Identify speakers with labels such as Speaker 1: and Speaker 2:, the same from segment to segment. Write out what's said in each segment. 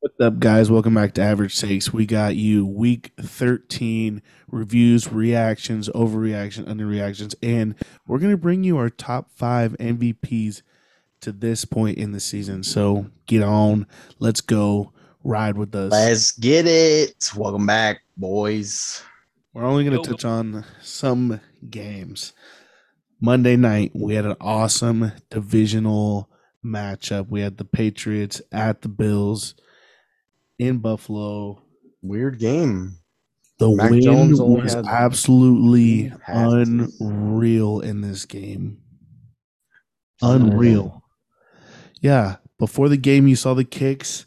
Speaker 1: What's up, guys? Welcome back to Average Takes. We got you week 13 reviews, reactions, overreaction, underreactions, and we're going to bring you our top five MVPs to this point in the season. So get on. Let's go. Ride with us.
Speaker 2: Let's get it. Welcome back, boys.
Speaker 1: We're only going
Speaker 3: Yo.
Speaker 1: to touch on some games. Monday night, we had an awesome divisional matchup. We had the Patriots at the Bills in Buffalo.
Speaker 2: Weird game.
Speaker 1: The
Speaker 2: Mac
Speaker 1: wind
Speaker 2: Jones only
Speaker 1: was
Speaker 2: had-
Speaker 1: absolutely
Speaker 2: Passes.
Speaker 1: unreal in this game. Unreal. Yeah. Before the game, you saw the kicks.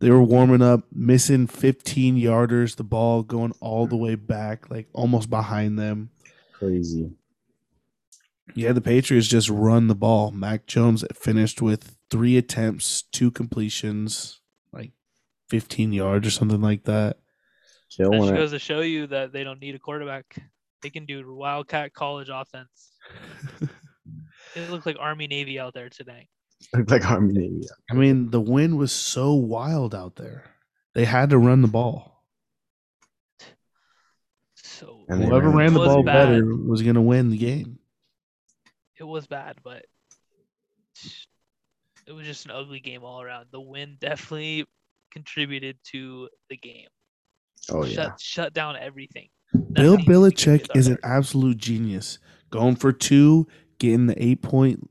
Speaker 1: They were warming up, missing 15 yarders, the ball going all the way back, like almost behind them.
Speaker 2: Crazy.
Speaker 1: Yeah, the Patriots just run the ball. Mac Jones finished with three attempts, two completions, like 15 yards or something like that.
Speaker 3: That
Speaker 2: Killing
Speaker 3: just
Speaker 2: it.
Speaker 3: goes to show you that they don't need a quarterback. They can do wildcat college offense. It looked like Army Navy out there today.
Speaker 2: Looked like Army Navy.
Speaker 1: I mean, the wind was so wild out there. They had to run the ball.
Speaker 3: So
Speaker 2: And they
Speaker 1: Whoever
Speaker 2: ran
Speaker 1: ran,
Speaker 2: the
Speaker 1: the ball
Speaker 3: ball. It was bad.
Speaker 1: better was going to win the game.
Speaker 3: it was bad, but it was just an ugly game all around. The wind definitely contributed to the game.
Speaker 2: Oh yeah.
Speaker 3: Shut shut down everything.
Speaker 1: Bill
Speaker 3: Nothing we could do
Speaker 1: Belichick
Speaker 3: with
Speaker 1: is
Speaker 3: our-
Speaker 1: an absolute genius. Going for two, getting the eight point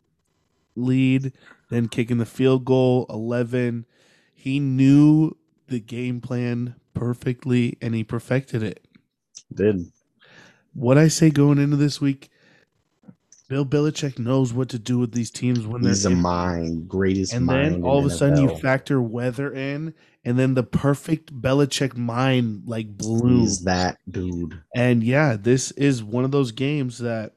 Speaker 1: lead, then kicking the field goal, 11. He knew the game plan perfectly and he perfected it.
Speaker 2: Did.
Speaker 1: What I say going into this week, Bill Belichick knows what to do with these teams when
Speaker 2: He's
Speaker 1: they're
Speaker 2: a
Speaker 1: in-
Speaker 2: mind. Greatest
Speaker 1: and
Speaker 2: mind.
Speaker 1: then all of a sudden you
Speaker 2: fact
Speaker 1: factor weather in, and then the perfect Belichick mind like blooms.
Speaker 2: He's that dude.
Speaker 1: And yeah, this is one of those games that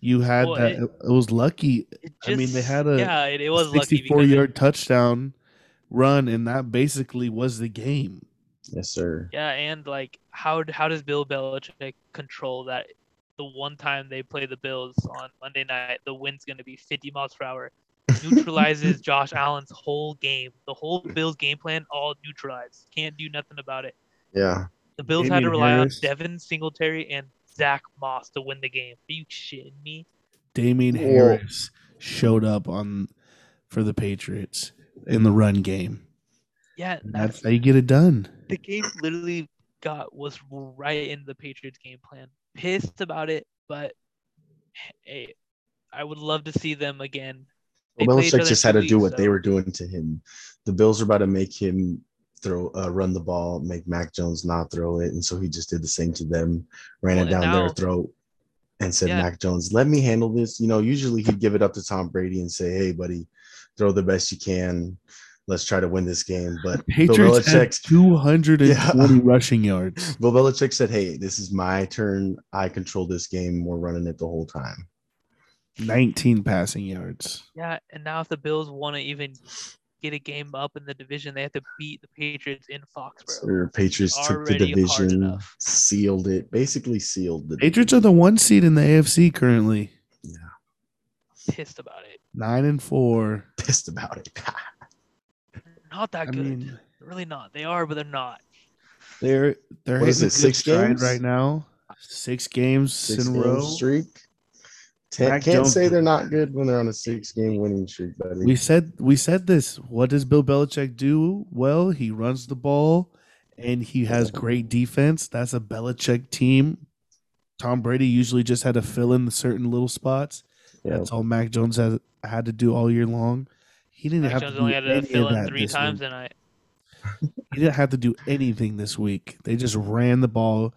Speaker 1: you had
Speaker 3: Well,
Speaker 1: that
Speaker 3: it-
Speaker 1: it, was lucky.
Speaker 3: It
Speaker 1: I mean, they
Speaker 3: just-
Speaker 1: had a
Speaker 3: yeah, it, it was lucky
Speaker 1: sixty-four
Speaker 3: because it-
Speaker 1: yard touchdown run, and that basically was the game.
Speaker 2: Yes, sir.
Speaker 3: Yeah, and like how d- how does Bill Belichick control that? The one time they play the Bills on Monday night, the wind's going to be 50 miles per hour. Neutralizes Josh Allen's whole game. The whole Bills game plan all neutralized. Can't do nothing about it.
Speaker 2: Yeah.
Speaker 3: The Bills had to
Speaker 1: Damian
Speaker 3: rely
Speaker 1: Harris.
Speaker 3: on Devin Singletary and Zach Moss to win the game. Are you shitting me?
Speaker 1: Damien
Speaker 2: Whoa.
Speaker 1: Harris showed up on for the Patriots in the run game.
Speaker 3: Yeah,
Speaker 1: And
Speaker 3: that's
Speaker 1: That's how you get it done.
Speaker 3: the game literally got was right in the Patriots game plan. Pissed about it, but hey, I would love to see them again. They
Speaker 2: Well,
Speaker 3: play each other
Speaker 2: Belichick
Speaker 3: in
Speaker 2: just had
Speaker 3: two
Speaker 2: to do
Speaker 3: weeks,
Speaker 2: what they
Speaker 3: so-
Speaker 2: were doing to him. The Bills were about to make him throw, uh, run the ball, make Mac Jones not throw it, and so he just did the same to them, ran
Speaker 3: Well,
Speaker 2: it
Speaker 3: and
Speaker 2: down their
Speaker 3: now-
Speaker 2: throat, and said,
Speaker 3: Yeah.
Speaker 2: "Mac Jones, let me handle this." You know, usually he'd give it up to Tom Brady and say, "Hey, buddy, throw the best you can. Let's try to win this game." But Bill
Speaker 1: Patriots had
Speaker 2: Belichick,
Speaker 1: two hundred and forty
Speaker 2: Yeah.
Speaker 1: rushing yards.
Speaker 2: Bill Belichick said, "Hey, this is my turn. I control this game. We're running it the whole time."
Speaker 1: 19 passing yards.
Speaker 3: Yeah, and now if the Bills want to even get a game up in the division, they have to beat the Patriots in Foxborough.
Speaker 2: Sir, Patriots took the
Speaker 3: Already hard
Speaker 2: division,
Speaker 3: enough.
Speaker 2: sealed it, basically sealed the
Speaker 1: Patriots are the one seed in the AFC currently.
Speaker 3: Pissed about it.
Speaker 1: Nine and four.
Speaker 2: pissed about it.
Speaker 3: Not that
Speaker 1: I
Speaker 3: good.
Speaker 1: mean,
Speaker 3: really not. They are, but they're not.
Speaker 1: they're they're
Speaker 2: What is
Speaker 1: hitting
Speaker 2: it,
Speaker 1: a good
Speaker 2: six
Speaker 1: stride
Speaker 2: games?
Speaker 1: right now. Six games
Speaker 2: Six
Speaker 1: in a
Speaker 2: game
Speaker 1: row.
Speaker 2: streak. Ten,
Speaker 1: Mac
Speaker 2: can't
Speaker 1: Jones-
Speaker 2: say they're not good when they're on a six game winning streak, buddy.
Speaker 1: We said we said this. What does Bill Belichick do? Well, he runs the ball, and he has great defense. That's a Belichick team. Tom Brady usually just had to fill in the certain little spots.
Speaker 2: yeah.
Speaker 1: That's all Mac Jones has had to do all year long. He didn't
Speaker 3: Mac
Speaker 1: have
Speaker 3: Jones
Speaker 1: to do
Speaker 3: only had to
Speaker 1: any
Speaker 3: fill
Speaker 1: of
Speaker 3: in
Speaker 1: that
Speaker 3: three
Speaker 1: this
Speaker 3: times
Speaker 1: week.
Speaker 3: tonight.
Speaker 1: He didn't have to do anything this week. They just ran the ball.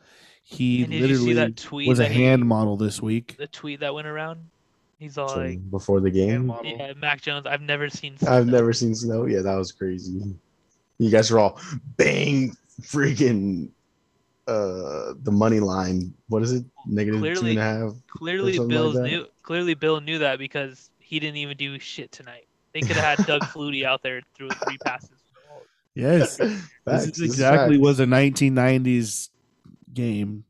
Speaker 1: He
Speaker 3: And did you see
Speaker 1: literally
Speaker 3: that tweet?
Speaker 1: was a
Speaker 3: that he-
Speaker 1: hand model this week.
Speaker 3: The tweet that went around. He's all
Speaker 2: So,
Speaker 3: like,
Speaker 2: before the game,
Speaker 3: "Yeah, Mac Jones. I've never seen.
Speaker 2: I've
Speaker 3: snow."
Speaker 2: never seen snow. Yeah, that was crazy. You guys are all bang freaking uh the money line. What is it? Negative two
Speaker 3: Clearly-
Speaker 2: and a half.
Speaker 3: Clearly,
Speaker 2: something
Speaker 3: Bill
Speaker 2: like that.
Speaker 3: knew. Clearly, Bill knew that because he didn't even do shit tonight. They could have had Doug Flutie out there through three passes.
Speaker 1: Yes.
Speaker 2: Facts,
Speaker 1: this is exactly
Speaker 2: facts.
Speaker 1: was a 1990s game.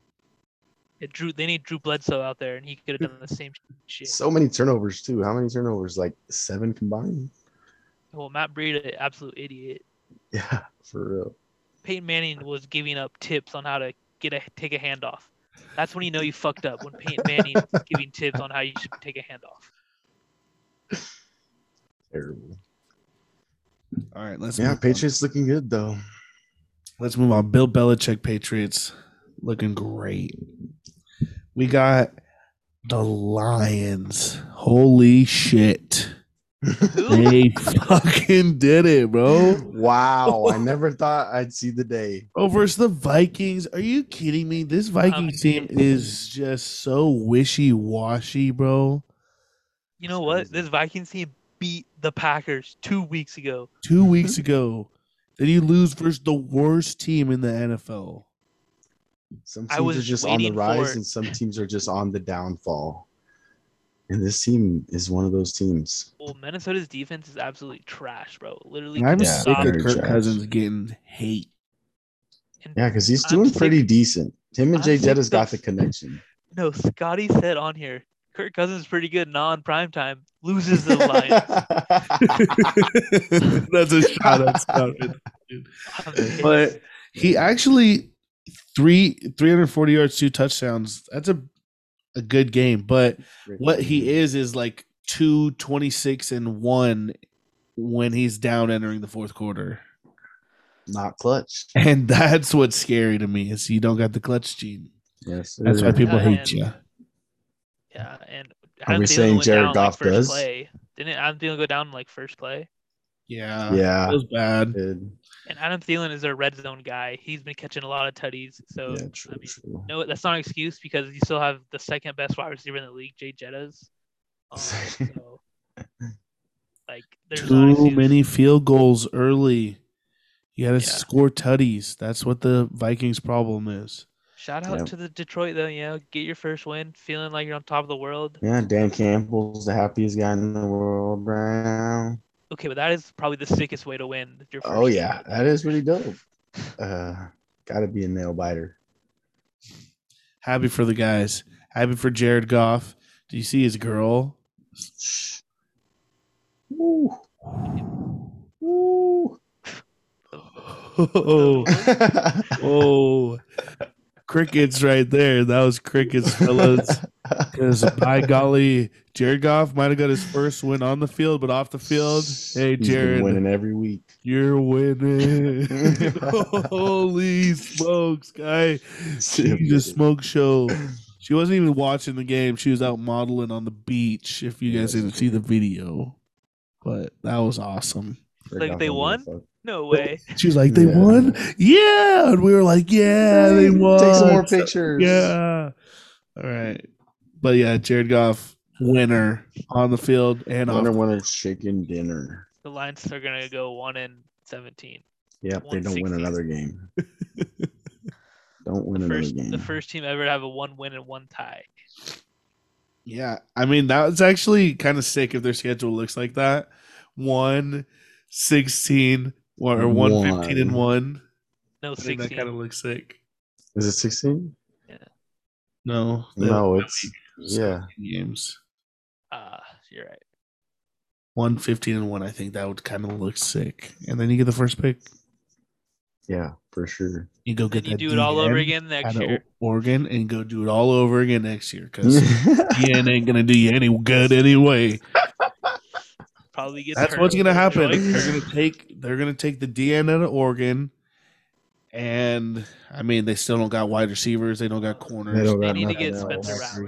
Speaker 3: It drew. They need Drew Bledsoe out there, and he could have done the same shit.
Speaker 2: so many turnovers too. How many turnovers? Like seven combined?
Speaker 3: well, Matt Breida, absolute idiot.
Speaker 2: Yeah, for real.
Speaker 3: Peyton Manning was giving up tips on how to get a take a handoff. That's when you know you fucked up when Peyton Manning is giving tips on how you should take a handoff.
Speaker 2: Terrible.
Speaker 1: All right, let's
Speaker 2: Yeah,
Speaker 1: move on.
Speaker 2: Patriots looking good though.
Speaker 1: Let's move on. Bill Belichick Patriots looking great. We got the Lions. Holy shit.
Speaker 3: Who?
Speaker 1: They fucking did it,
Speaker 3: Oh,
Speaker 1: bro.
Speaker 2: Wow, I never thought I'd see the day.
Speaker 1: Oh, versus the Vikings. Are you kidding me? This Vikings team is just so wishy washy, bro.
Speaker 3: You know what? This Vikings team beat the Packers two weeks ago.
Speaker 1: Two weeks ago, then you lose versus the worst team in the NFL.
Speaker 2: Some
Speaker 3: I
Speaker 2: teams are
Speaker 3: was
Speaker 2: just on the
Speaker 3: waiting
Speaker 2: rise,
Speaker 3: for-
Speaker 2: and some teams are just on the downfall. And this team is one of those teams.
Speaker 3: Well, Minnesota's defense is absolutely trash, bro. Literally,
Speaker 1: And I'm
Speaker 2: Yeah,
Speaker 1: sick of
Speaker 2: they're
Speaker 1: Kirk
Speaker 2: trash.
Speaker 1: Cousins getting hate.
Speaker 3: and
Speaker 2: Yeah, because he's
Speaker 3: I'm
Speaker 2: doing
Speaker 3: sick-
Speaker 2: pretty decent. Him and
Speaker 3: I'm
Speaker 2: Jay
Speaker 3: sick
Speaker 2: Jetta's got the
Speaker 3: of-
Speaker 2: connection.
Speaker 3: No, Scotty said on here, Kirk Cousins is pretty good non prime time. Loses to the Lions.
Speaker 1: That's a shot at Scott.
Speaker 3: I'm pissed.
Speaker 1: But he actually three 340 yards, two touchdowns. That's a a good game. But what
Speaker 3: Mm-hmm.
Speaker 1: he is is like two twenty six and one when he's down entering the fourth quarter.
Speaker 2: not clutch.
Speaker 1: And that's what's scary to me is you don't got the clutch gene.
Speaker 2: Yes,
Speaker 1: That's why
Speaker 2: sir.
Speaker 1: people hate
Speaker 3: Yeah,
Speaker 1: you.
Speaker 3: yeah, and
Speaker 2: Are
Speaker 3: Adam
Speaker 2: we
Speaker 3: Thielen
Speaker 2: saying
Speaker 3: went
Speaker 2: Jared
Speaker 3: down,
Speaker 2: Goff
Speaker 3: like, first
Speaker 2: does?
Speaker 3: Play. Didn't Adam Thielen go down like first play? Uh,
Speaker 1: Yeah. That
Speaker 2: Yeah,
Speaker 1: was bad.
Speaker 2: dude.
Speaker 3: And Adam Thielen is their red zone guy. He's been catching a lot of tutties. So
Speaker 2: yeah, true,
Speaker 3: I mean,
Speaker 2: true.
Speaker 3: no, that's not an excuse because you still have the second best wide receiver in the league, Jay Jettas. Um, so, like, there's not an
Speaker 1: Too
Speaker 3: excuse.
Speaker 1: many field goals early. You gotta
Speaker 3: Yeah.
Speaker 1: score tutties. That's what the Vikings problem is.
Speaker 3: Shout out
Speaker 2: Yeah.
Speaker 3: to the Detroit though. You know, get your first win, feeling like you're on top of the world.
Speaker 2: Yeah, Dan Campbell's the happiest guy in the world right now.
Speaker 3: Okay, but that is probably the sickest way to win. Your first
Speaker 2: Oh
Speaker 3: game.
Speaker 2: yeah, that is really dope. Uh, gotta be a nail biter.
Speaker 1: Happy for the guys. Happy for Jared Goff. Do you see his girl?
Speaker 2: Woo. Woo.
Speaker 1: Oh, oh. crickets right there. That was crickets, fellas. Because by golly, Jared Goff might have got his first win on the field, but off the field, hey
Speaker 2: He's been
Speaker 1: Jared,
Speaker 2: winning every week.
Speaker 1: you're winning. Holy smokes, guy! She's a smoke show. She wasn't even watching the game. She was out modeling on the beach. If you guys didn't see the video, but that was awesome.
Speaker 3: Like, they won? No way.
Speaker 1: She was like, "They
Speaker 2: Yeah.
Speaker 1: won, yeah," and we were like, "Yeah, they won."
Speaker 2: Take some more pictures.
Speaker 1: Yeah. All right, but yeah, Jared Goff, winner on the field and
Speaker 2: Wonder
Speaker 1: on.
Speaker 2: winner chicken dinner.
Speaker 3: The Lions are gonna go one in seventeen.
Speaker 2: Yep, they don't win
Speaker 3: 160.
Speaker 2: another game. Don't win
Speaker 3: The
Speaker 2: another
Speaker 3: first,
Speaker 2: game.
Speaker 3: the first team ever to have a one win and one tie.
Speaker 1: Yeah, I mean that was actually kind of sick if their schedule looks like that. One, sixteen, or one fifteen and one.
Speaker 3: No
Speaker 1: I think that
Speaker 3: sixteen.
Speaker 1: kind of looks sick.
Speaker 2: Is it sixteen?
Speaker 1: No,
Speaker 2: No, it's yeah.
Speaker 1: games.
Speaker 3: Ah, you're right.
Speaker 1: One fifteen and one. I think that would kind of look sick. And then you get the first pick.
Speaker 2: Yeah, for sure.
Speaker 1: You go
Speaker 3: Then
Speaker 1: get that
Speaker 3: you do it all over
Speaker 1: DN.
Speaker 3: again next
Speaker 1: out of
Speaker 3: year.
Speaker 1: Oregon and go do it all over again next year because
Speaker 2: yeah.
Speaker 1: Ian ain't gonna do you any good anyway.
Speaker 3: Probably gets
Speaker 1: That's
Speaker 3: hurt.
Speaker 1: what's gonna happen.
Speaker 3: Enjoy
Speaker 1: They're
Speaker 3: Kirk.
Speaker 1: gonna take they're gonna take the DN out of Oregon, and I mean they still don't got wide receivers. They don't got corners.
Speaker 2: They don't
Speaker 3: They
Speaker 2: got
Speaker 3: need to
Speaker 2: nothing
Speaker 3: get
Speaker 2: else.
Speaker 3: Spencer
Speaker 2: Backers.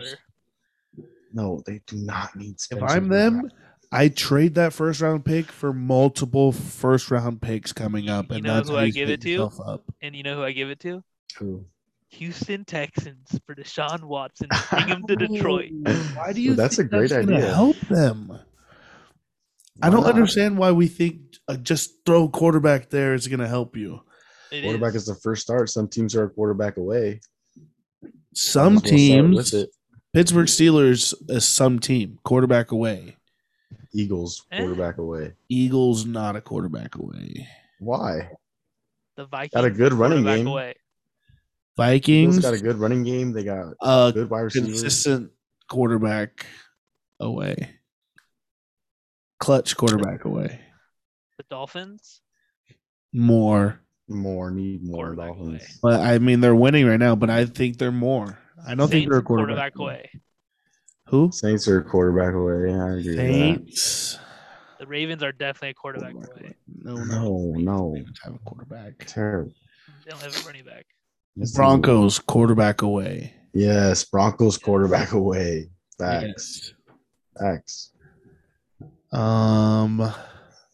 Speaker 3: Rattler.
Speaker 2: No, they do not need
Speaker 1: if
Speaker 2: Spencer.
Speaker 1: I'm
Speaker 2: Rattler.
Speaker 1: them, I trade that first round pick for multiple first round picks coming up,
Speaker 3: You
Speaker 1: and
Speaker 3: know
Speaker 1: that's
Speaker 3: who
Speaker 1: how
Speaker 3: I
Speaker 1: you
Speaker 3: give
Speaker 1: set
Speaker 3: it to?
Speaker 1: yourself Up.
Speaker 3: And you know who I give it to?
Speaker 2: Who?
Speaker 3: Houston Texans for Deshaun Watson. Bring him to Detroit.
Speaker 1: Why do you?
Speaker 2: That's
Speaker 1: think
Speaker 2: a great
Speaker 1: that's gonna
Speaker 2: idea.
Speaker 1: Help them. I
Speaker 2: Why
Speaker 1: don't
Speaker 2: not?
Speaker 1: understand why we think uh, just throw quarterback there is going to help you.
Speaker 3: It
Speaker 2: Quarterback is. the first start. Some teams are a quarterback away.
Speaker 1: Some
Speaker 2: Might as well start
Speaker 1: teams,
Speaker 2: with it.
Speaker 1: Pittsburgh Steelers, is some team quarterback away.
Speaker 2: Eagles
Speaker 3: Eh.
Speaker 2: quarterback away.
Speaker 1: Eagles not a quarterback away.
Speaker 2: Why?
Speaker 3: the Vikings
Speaker 2: Got a good running
Speaker 3: quarterback
Speaker 2: game.
Speaker 3: away.
Speaker 1: Vikings
Speaker 2: Eagles got a good running game. They got
Speaker 1: a
Speaker 2: good wide receivers.
Speaker 1: consistent quarterback away. Clutch quarterback away.
Speaker 3: The Dolphins.
Speaker 1: more.
Speaker 2: More need more
Speaker 3: Quarterback
Speaker 2: Dolphins.
Speaker 1: But I mean, they're winning right now. But I think they're more. I don't think
Speaker 3: Saints
Speaker 1: they're a
Speaker 3: are
Speaker 1: quarterback.
Speaker 3: away.
Speaker 1: Who?
Speaker 2: Saints are a quarterback away. I agree. with that.
Speaker 1: Saints.
Speaker 3: The Ravens are definitely a quarterback away.
Speaker 1: No, no,
Speaker 2: No, no,
Speaker 1: Ravens have a quarterback.
Speaker 2: terrible.
Speaker 3: They don't have a running back.
Speaker 2: That's terrible.
Speaker 1: Broncos quarterback away.
Speaker 2: Yes, Broncos quarterback away. Facts. Facts.
Speaker 1: Yes. Um.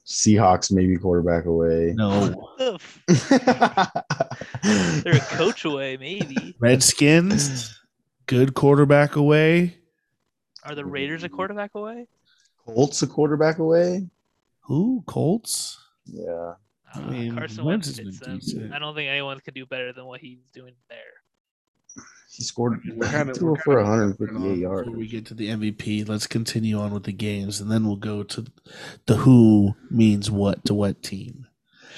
Speaker 2: Seahawks maybe quarterback away.
Speaker 1: No.
Speaker 3: The f- They're
Speaker 2: They're
Speaker 3: a coach away, maybe.
Speaker 1: Redskins. Good quarterback away.
Speaker 3: Are the Raiders a quarterback away?
Speaker 2: Colts a quarterback away.
Speaker 1: Who? Colts.
Speaker 2: Yeah.
Speaker 1: I
Speaker 3: Uh,
Speaker 1: mean,
Speaker 3: Carson
Speaker 1: Wentz has
Speaker 3: Wentz
Speaker 1: been
Speaker 3: fits them.
Speaker 1: decent.
Speaker 3: I don't think anyone could do better than what he's doing there.
Speaker 2: He scored
Speaker 1: We're kinda-
Speaker 2: two oh
Speaker 1: we're
Speaker 2: for
Speaker 1: kinda
Speaker 2: 158 yards.
Speaker 1: Before we get to the MVP, let's continue on with the games, and then we'll go to the who means what to what team.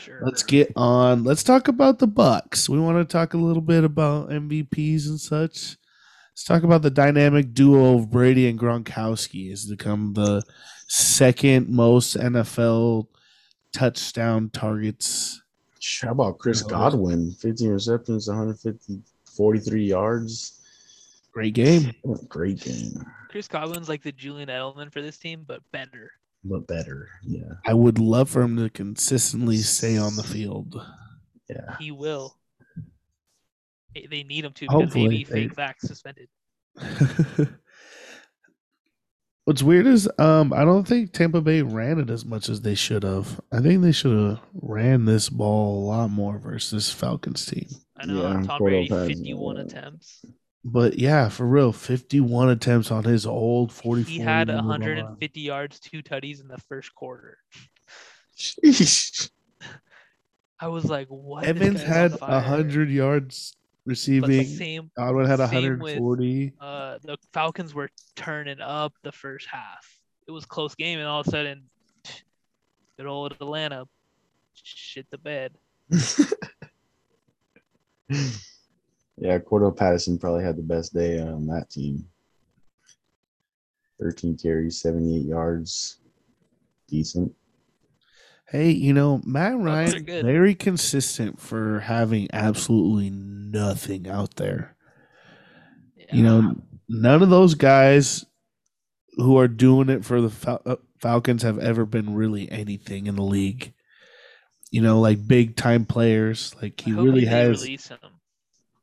Speaker 3: Sure.
Speaker 1: Let's get on. Let's talk about the Bucks. We want to talk a little bit about MVPs and such. Let's talk about the dynamic duo of Brady and Gronkowski has become the second most NFL touchdown targets.
Speaker 2: How about Chris
Speaker 1: Oh.
Speaker 2: Godwin? 15 receptions, 150, 43 yards.
Speaker 1: Great game.
Speaker 2: What a great game,
Speaker 3: Chris Godwin's like the Julian Edelman for this team, but better.
Speaker 2: but better. Yeah.
Speaker 1: I would love for him to consistently stay on the field.
Speaker 2: Yeah.
Speaker 3: He will. They- They need him to because
Speaker 1: Hopefully,
Speaker 3: AB
Speaker 1: they-
Speaker 3: fake back suspended.
Speaker 1: What's weird is um I don't think Tampa Bay ran it as much as they should have. I think they should have ran this ball a lot more versus this Falcons team.
Speaker 3: I know
Speaker 2: Yeah,
Speaker 3: Tom
Speaker 2: Cordell
Speaker 3: Brady,
Speaker 2: Patterson,
Speaker 3: 51
Speaker 2: yeah.
Speaker 3: attempts.
Speaker 1: But yeah, for real, 51 attempts on his old 44.
Speaker 3: He had
Speaker 1: year old
Speaker 3: 150 yards, two tutties in the first quarter.
Speaker 2: Sheesh.
Speaker 3: I was like, what? This
Speaker 1: Evans
Speaker 3: guy's on
Speaker 1: had
Speaker 3: fire.
Speaker 1: 100 yards
Speaker 3: But the
Speaker 1: receiving.
Speaker 3: same,
Speaker 1: Godwin had
Speaker 3: same with-
Speaker 1: 140.
Speaker 3: uh, the Falcons were turning up the first half. It was close game, and all of a sudden, good old Atlanta shit the bed.
Speaker 2: yeah, Cordell Patterson probably had the best day on that team. 13 carries, 78 yards. Decent.
Speaker 1: Hey, you know, Matt
Speaker 3: Bucks are
Speaker 1: Ryan
Speaker 3: good.
Speaker 1: very consistent for having absolutely nothing out there. You know, none of those guys who are doing it for the Fal- uh, Falcons have ever been really anything in the league. You know, like big time players. Like he
Speaker 3: I hope
Speaker 1: really
Speaker 3: they
Speaker 1: has.
Speaker 3: Release him.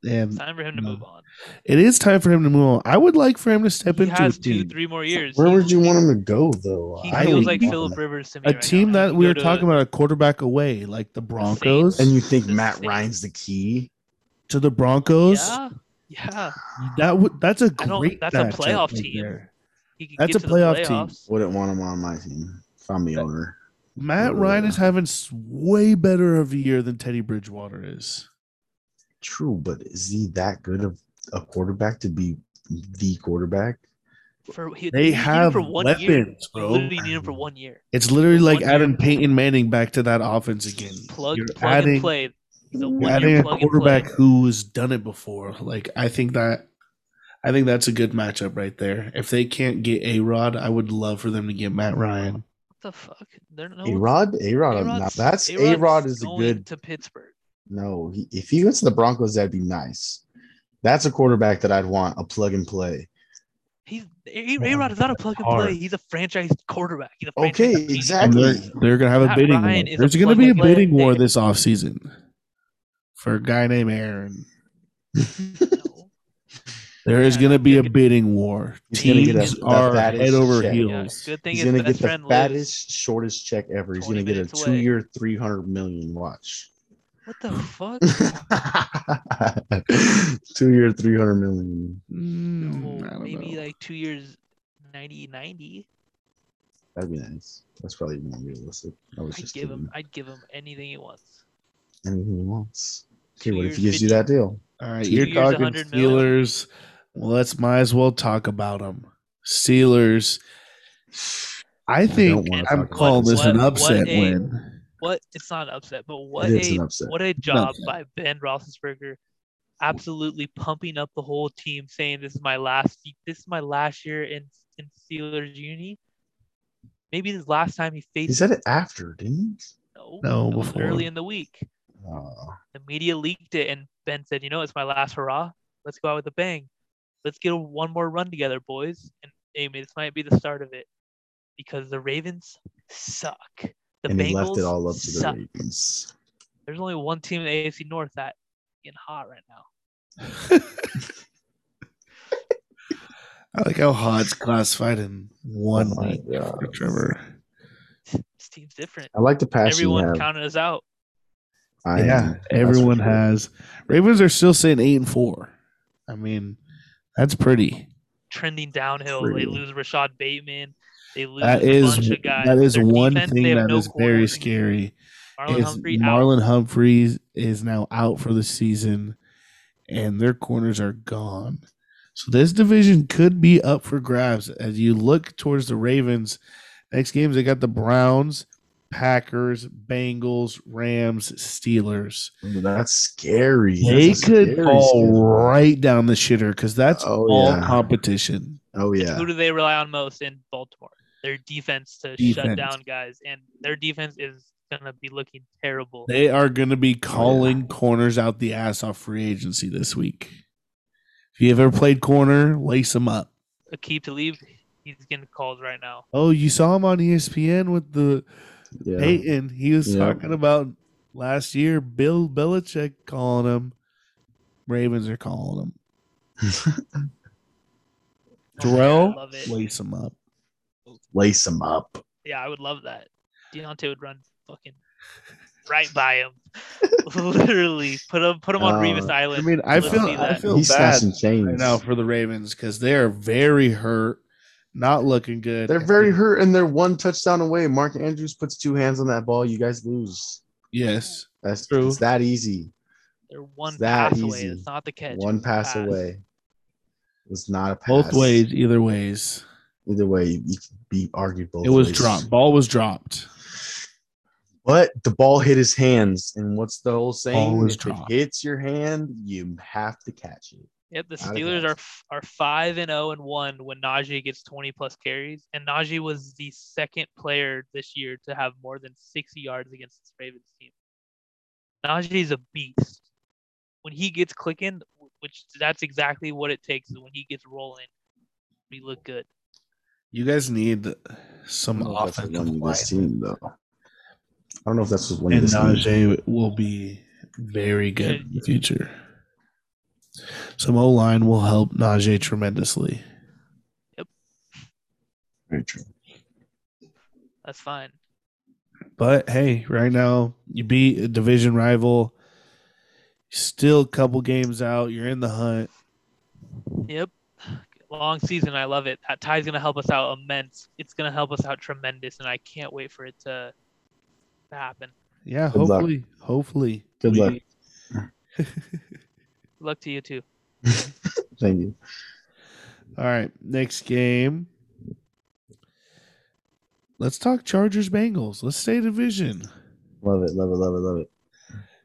Speaker 3: It's
Speaker 1: and
Speaker 3: time for him to
Speaker 1: No.
Speaker 3: move on.
Speaker 1: it is time for him to move on. I would like for him to step
Speaker 3: He
Speaker 1: into
Speaker 3: has
Speaker 1: a
Speaker 3: two,
Speaker 1: team,
Speaker 3: three more years.
Speaker 2: Where
Speaker 3: He-
Speaker 2: would you want him to go, though?
Speaker 3: He
Speaker 1: I
Speaker 3: feels
Speaker 1: would
Speaker 3: like
Speaker 1: want
Speaker 3: Philip Rivers to me
Speaker 1: a
Speaker 3: right
Speaker 1: team
Speaker 3: now. He
Speaker 1: that
Speaker 3: could
Speaker 1: we
Speaker 3: go
Speaker 1: were
Speaker 3: to-
Speaker 1: talking about a quarterback away, like the Broncos.
Speaker 2: And you think
Speaker 3: The
Speaker 2: Matt
Speaker 3: same.
Speaker 2: Ryan's the key?
Speaker 1: to the Broncos,
Speaker 3: Yeah, yeah.
Speaker 1: that would that's a
Speaker 3: I don't-
Speaker 1: great.
Speaker 3: that's a
Speaker 1: matchup
Speaker 3: playoff team.
Speaker 1: there.
Speaker 3: He could
Speaker 1: That's
Speaker 3: get
Speaker 1: a
Speaker 3: to the
Speaker 1: playoff team.
Speaker 3: playoffs.
Speaker 2: Wouldn't want him on my team if I'm the owner.
Speaker 1: Matt
Speaker 2: Yeah.
Speaker 1: Ryan is having s- way better of a year than Teddy Bridgewater is.
Speaker 2: True, but is he that good of a quarterback to be the quarterback?
Speaker 3: For he,
Speaker 1: They
Speaker 3: you need him
Speaker 1: have
Speaker 3: for one
Speaker 1: weapons,
Speaker 3: year. You
Speaker 1: bro.
Speaker 3: literally need him for one year.
Speaker 1: It's literally
Speaker 3: One
Speaker 1: like adding
Speaker 3: year.
Speaker 1: Peyton Manning back to that offense again.
Speaker 3: Plug,
Speaker 1: You're
Speaker 3: plug
Speaker 1: adding,
Speaker 3: and play. He's a
Speaker 2: you're
Speaker 1: you're
Speaker 3: one-year
Speaker 1: adding a
Speaker 3: plug and play.
Speaker 1: quarterback who's done it before. Like I think that, I think that's a good matchup right there. If they can't get a Rod, I would love for them to get Matt Ryan.
Speaker 3: What the fuck? They're no.
Speaker 2: A Rod? A Rod.
Speaker 3: A-Rod's-
Speaker 2: That's A
Speaker 3: A-Rod's
Speaker 2: Rod is a
Speaker 3: going
Speaker 2: good
Speaker 3: to Pittsburgh.
Speaker 2: No, he, if he goes to the Broncos, that'd be nice. That's a quarterback that I'd want a plug and play.
Speaker 3: He's A A- Rod is not a plug and
Speaker 1: Oh, hard.
Speaker 3: play. He's a franchise quarterback. He's a franchise
Speaker 2: Okay,
Speaker 3: QB.
Speaker 1: And they're,
Speaker 2: exactly.
Speaker 1: they're gonna have a
Speaker 3: Matt
Speaker 1: bidding war.
Speaker 3: Ryan is a
Speaker 1: There's gonna be a
Speaker 3: plug-and-play
Speaker 1: bidding war
Speaker 3: player.
Speaker 1: this offseason for a guy named Aaron.
Speaker 3: No.
Speaker 1: There is
Speaker 3: Yeah,
Speaker 1: gonna
Speaker 3: like,
Speaker 1: be
Speaker 3: you're
Speaker 1: a
Speaker 3: gonna-
Speaker 1: bidding war.
Speaker 2: He's gonna
Speaker 1: Teams
Speaker 2: get a- the
Speaker 1: are
Speaker 2: fattest
Speaker 1: head over
Speaker 2: check.
Speaker 3: Yeah,
Speaker 1: heels.
Speaker 3: good thing
Speaker 2: He's
Speaker 3: is
Speaker 2: gonna
Speaker 3: best
Speaker 2: get the
Speaker 3: friend lives.
Speaker 2: fattest, shortest check ever. He's
Speaker 3: 20
Speaker 2: gonna get a
Speaker 3: minutes away.
Speaker 2: two-year, three hundred million. Watch.
Speaker 3: What the fuck?
Speaker 2: two-year, three hundred million.
Speaker 1: Mm, I
Speaker 3: Well,
Speaker 1: don't
Speaker 3: maybe
Speaker 1: know.
Speaker 3: like two years, 90, 90.
Speaker 2: That'd be nice. That's probably more realistic. I was
Speaker 3: I'd
Speaker 2: just
Speaker 3: give him.
Speaker 2: kidding.
Speaker 3: I'd give him anything he wants.
Speaker 2: anything he wants. Okay,
Speaker 3: Two
Speaker 2: what if he
Speaker 3: years,
Speaker 2: gives you
Speaker 3: 50
Speaker 2: that deal?
Speaker 1: All right,
Speaker 2: Two
Speaker 1: you're
Speaker 3: years,
Speaker 1: talking
Speaker 3: 100 million.
Speaker 1: Steelers. Well, let's might as well talk about them. Steelers. I think
Speaker 2: wanna
Speaker 1: I'm
Speaker 2: talk about
Speaker 1: calling
Speaker 2: this.
Speaker 1: this an
Speaker 3: What-
Speaker 1: upset
Speaker 3: what a-
Speaker 1: win.
Speaker 3: What? It's not an upset, but what
Speaker 2: It is
Speaker 3: a
Speaker 2: an upset.
Speaker 3: what a job
Speaker 1: upset.
Speaker 3: by Ben Roethlisberger, absolutely pumping up the whole team, saying this is my last, y- this is my last year in in Steelers uni. Maybe this last time he
Speaker 2: He
Speaker 3: faced
Speaker 2: said it after, didn't
Speaker 3: No,
Speaker 1: No,
Speaker 3: it was
Speaker 1: before.
Speaker 3: early in the week.
Speaker 2: Uh,
Speaker 3: The media leaked it, and Ben said, "You know, it's my last hurrah. Let's go out with a bang. Let's get one more run together, boys." And Amy, this might be the start of it, because the Ravens suck. The
Speaker 2: and
Speaker 3: Bengals
Speaker 2: he left it all up to the
Speaker 3: suck.
Speaker 2: Ravens.
Speaker 3: There's only one team in the AFC North that getting hot right now.
Speaker 1: I like how Hod's classified in one
Speaker 2: Oh my
Speaker 1: week
Speaker 2: God.
Speaker 1: for Trevor.
Speaker 3: This team's different.
Speaker 2: I like the passion you
Speaker 3: Everyone
Speaker 2: have.
Speaker 3: counted us out.
Speaker 2: I am.
Speaker 1: yeah,
Speaker 2: That's
Speaker 1: everyone
Speaker 2: for sure.
Speaker 1: has. Ravens are still saying eight and four. I mean, that's pretty.
Speaker 3: Trending downhill. They
Speaker 2: True.
Speaker 3: lose Rashad Bateman. They lose
Speaker 1: That
Speaker 3: a
Speaker 1: is
Speaker 3: bunch of guys.
Speaker 1: that is
Speaker 3: Their
Speaker 1: one
Speaker 3: defense, they
Speaker 1: thing
Speaker 3: have
Speaker 1: that
Speaker 3: no
Speaker 1: is very
Speaker 3: corners.
Speaker 1: scary.
Speaker 3: Marlon
Speaker 1: is
Speaker 3: Humphrey out.
Speaker 1: Marlon Humphreys is now out for the season, and their corners are gone. So this division could be up for grabs as you look towards the Ravens. Next games they got the Browns, Packers, Bengals, Rams, Steelers.
Speaker 2: Ooh, That's scary.
Speaker 1: They
Speaker 2: That's a
Speaker 1: could
Speaker 2: scary
Speaker 1: fall
Speaker 2: schedule.
Speaker 1: right down the shitter because that's
Speaker 2: Oh,
Speaker 1: all
Speaker 2: yeah.
Speaker 1: competition.
Speaker 2: Oh yeah.
Speaker 3: Who do they rely on most in Baltimore? Their defense to shut
Speaker 1: Defense.
Speaker 3: down guys, and their defense is gonna be looking terrible.
Speaker 1: They are going to be
Speaker 2: Oh,
Speaker 1: calling corners out the ass off free agency this week. If you have ever played corner, lace them up.
Speaker 3: Akeem Talib, he's getting called right now.
Speaker 1: Oh, you saw him on ESPN with the
Speaker 2: Yeah.
Speaker 1: Peyton. He was
Speaker 2: Yeah.
Speaker 1: talking about last year. Bill Belichick calling him. Ravens are calling him.
Speaker 3: Oh my God, I
Speaker 1: Darrell,
Speaker 3: love it.
Speaker 1: lace him up.
Speaker 2: Lace them up.
Speaker 3: Yeah, I would love that. Deontay would run fucking right by him. Literally, put him put him on
Speaker 2: Uh,
Speaker 3: Revis
Speaker 1: I
Speaker 3: Island.
Speaker 1: mean, I
Speaker 3: Let's
Speaker 1: feel
Speaker 3: see
Speaker 1: I
Speaker 3: that.
Speaker 1: feel
Speaker 2: He's
Speaker 1: bad
Speaker 2: snatching chains.
Speaker 1: right now for the Ravens because they are very hurt, not looking good.
Speaker 2: They're very hurt, and they're one touchdown away. Mark Andrews puts two hands on that ball. You guys lose.
Speaker 1: Yes,
Speaker 2: That's
Speaker 1: True.
Speaker 2: true. It's that easy.
Speaker 3: They're one
Speaker 2: that
Speaker 3: pass away.
Speaker 2: easy.
Speaker 3: It's not the catch.
Speaker 2: one
Speaker 3: it's the
Speaker 2: pass, away. It's not a pass.
Speaker 1: both ways, either ways.
Speaker 2: Either way, you can be argued both.
Speaker 1: it was
Speaker 2: ways.
Speaker 1: dropped. Ball was dropped.
Speaker 2: But the ball hit his hands, and what's the whole saying?
Speaker 1: was
Speaker 2: if
Speaker 1: dropped.
Speaker 2: it hits your hand, you have to catch it.
Speaker 3: Yep, the
Speaker 2: Out of
Speaker 3: Steelers
Speaker 2: bounds.
Speaker 3: are f- are five and zero and one when Najee gets twenty plus carries, and Najee was the second player this year to have more than sixty yards against this Ravens team. Najee's a beast. When he gets clicking, wh- which that's exactly what it takes. Is when he gets rolling, we look good.
Speaker 1: You guys need
Speaker 2: I
Speaker 1: some
Speaker 2: don't know if that's
Speaker 1: offensive
Speaker 2: winning
Speaker 1: line.
Speaker 2: this team, though. I don't know if that's what's winning
Speaker 1: and
Speaker 2: this team.
Speaker 1: Najee will be very good in the future. Some O line will help Najee tremendously.
Speaker 2: Very true.
Speaker 3: That's fine.
Speaker 1: But hey, right now you beat a division rival. Still a couple games out. You're in the hunt.
Speaker 3: Yep. Long season. I love it. That tie's going to help us out immense. It's going to help us out tremendous, and I can't wait for it to, to happen.
Speaker 1: Yeah,
Speaker 2: Good luck.
Speaker 1: hopefully, hopefully.
Speaker 2: Good
Speaker 1: we-
Speaker 2: luck.
Speaker 3: Good luck to you, too.
Speaker 2: Thank you.
Speaker 1: All right, next game. Let's talk Chargers Bengals. Let's stay division.
Speaker 2: Love it. Love it. Love it. Love it.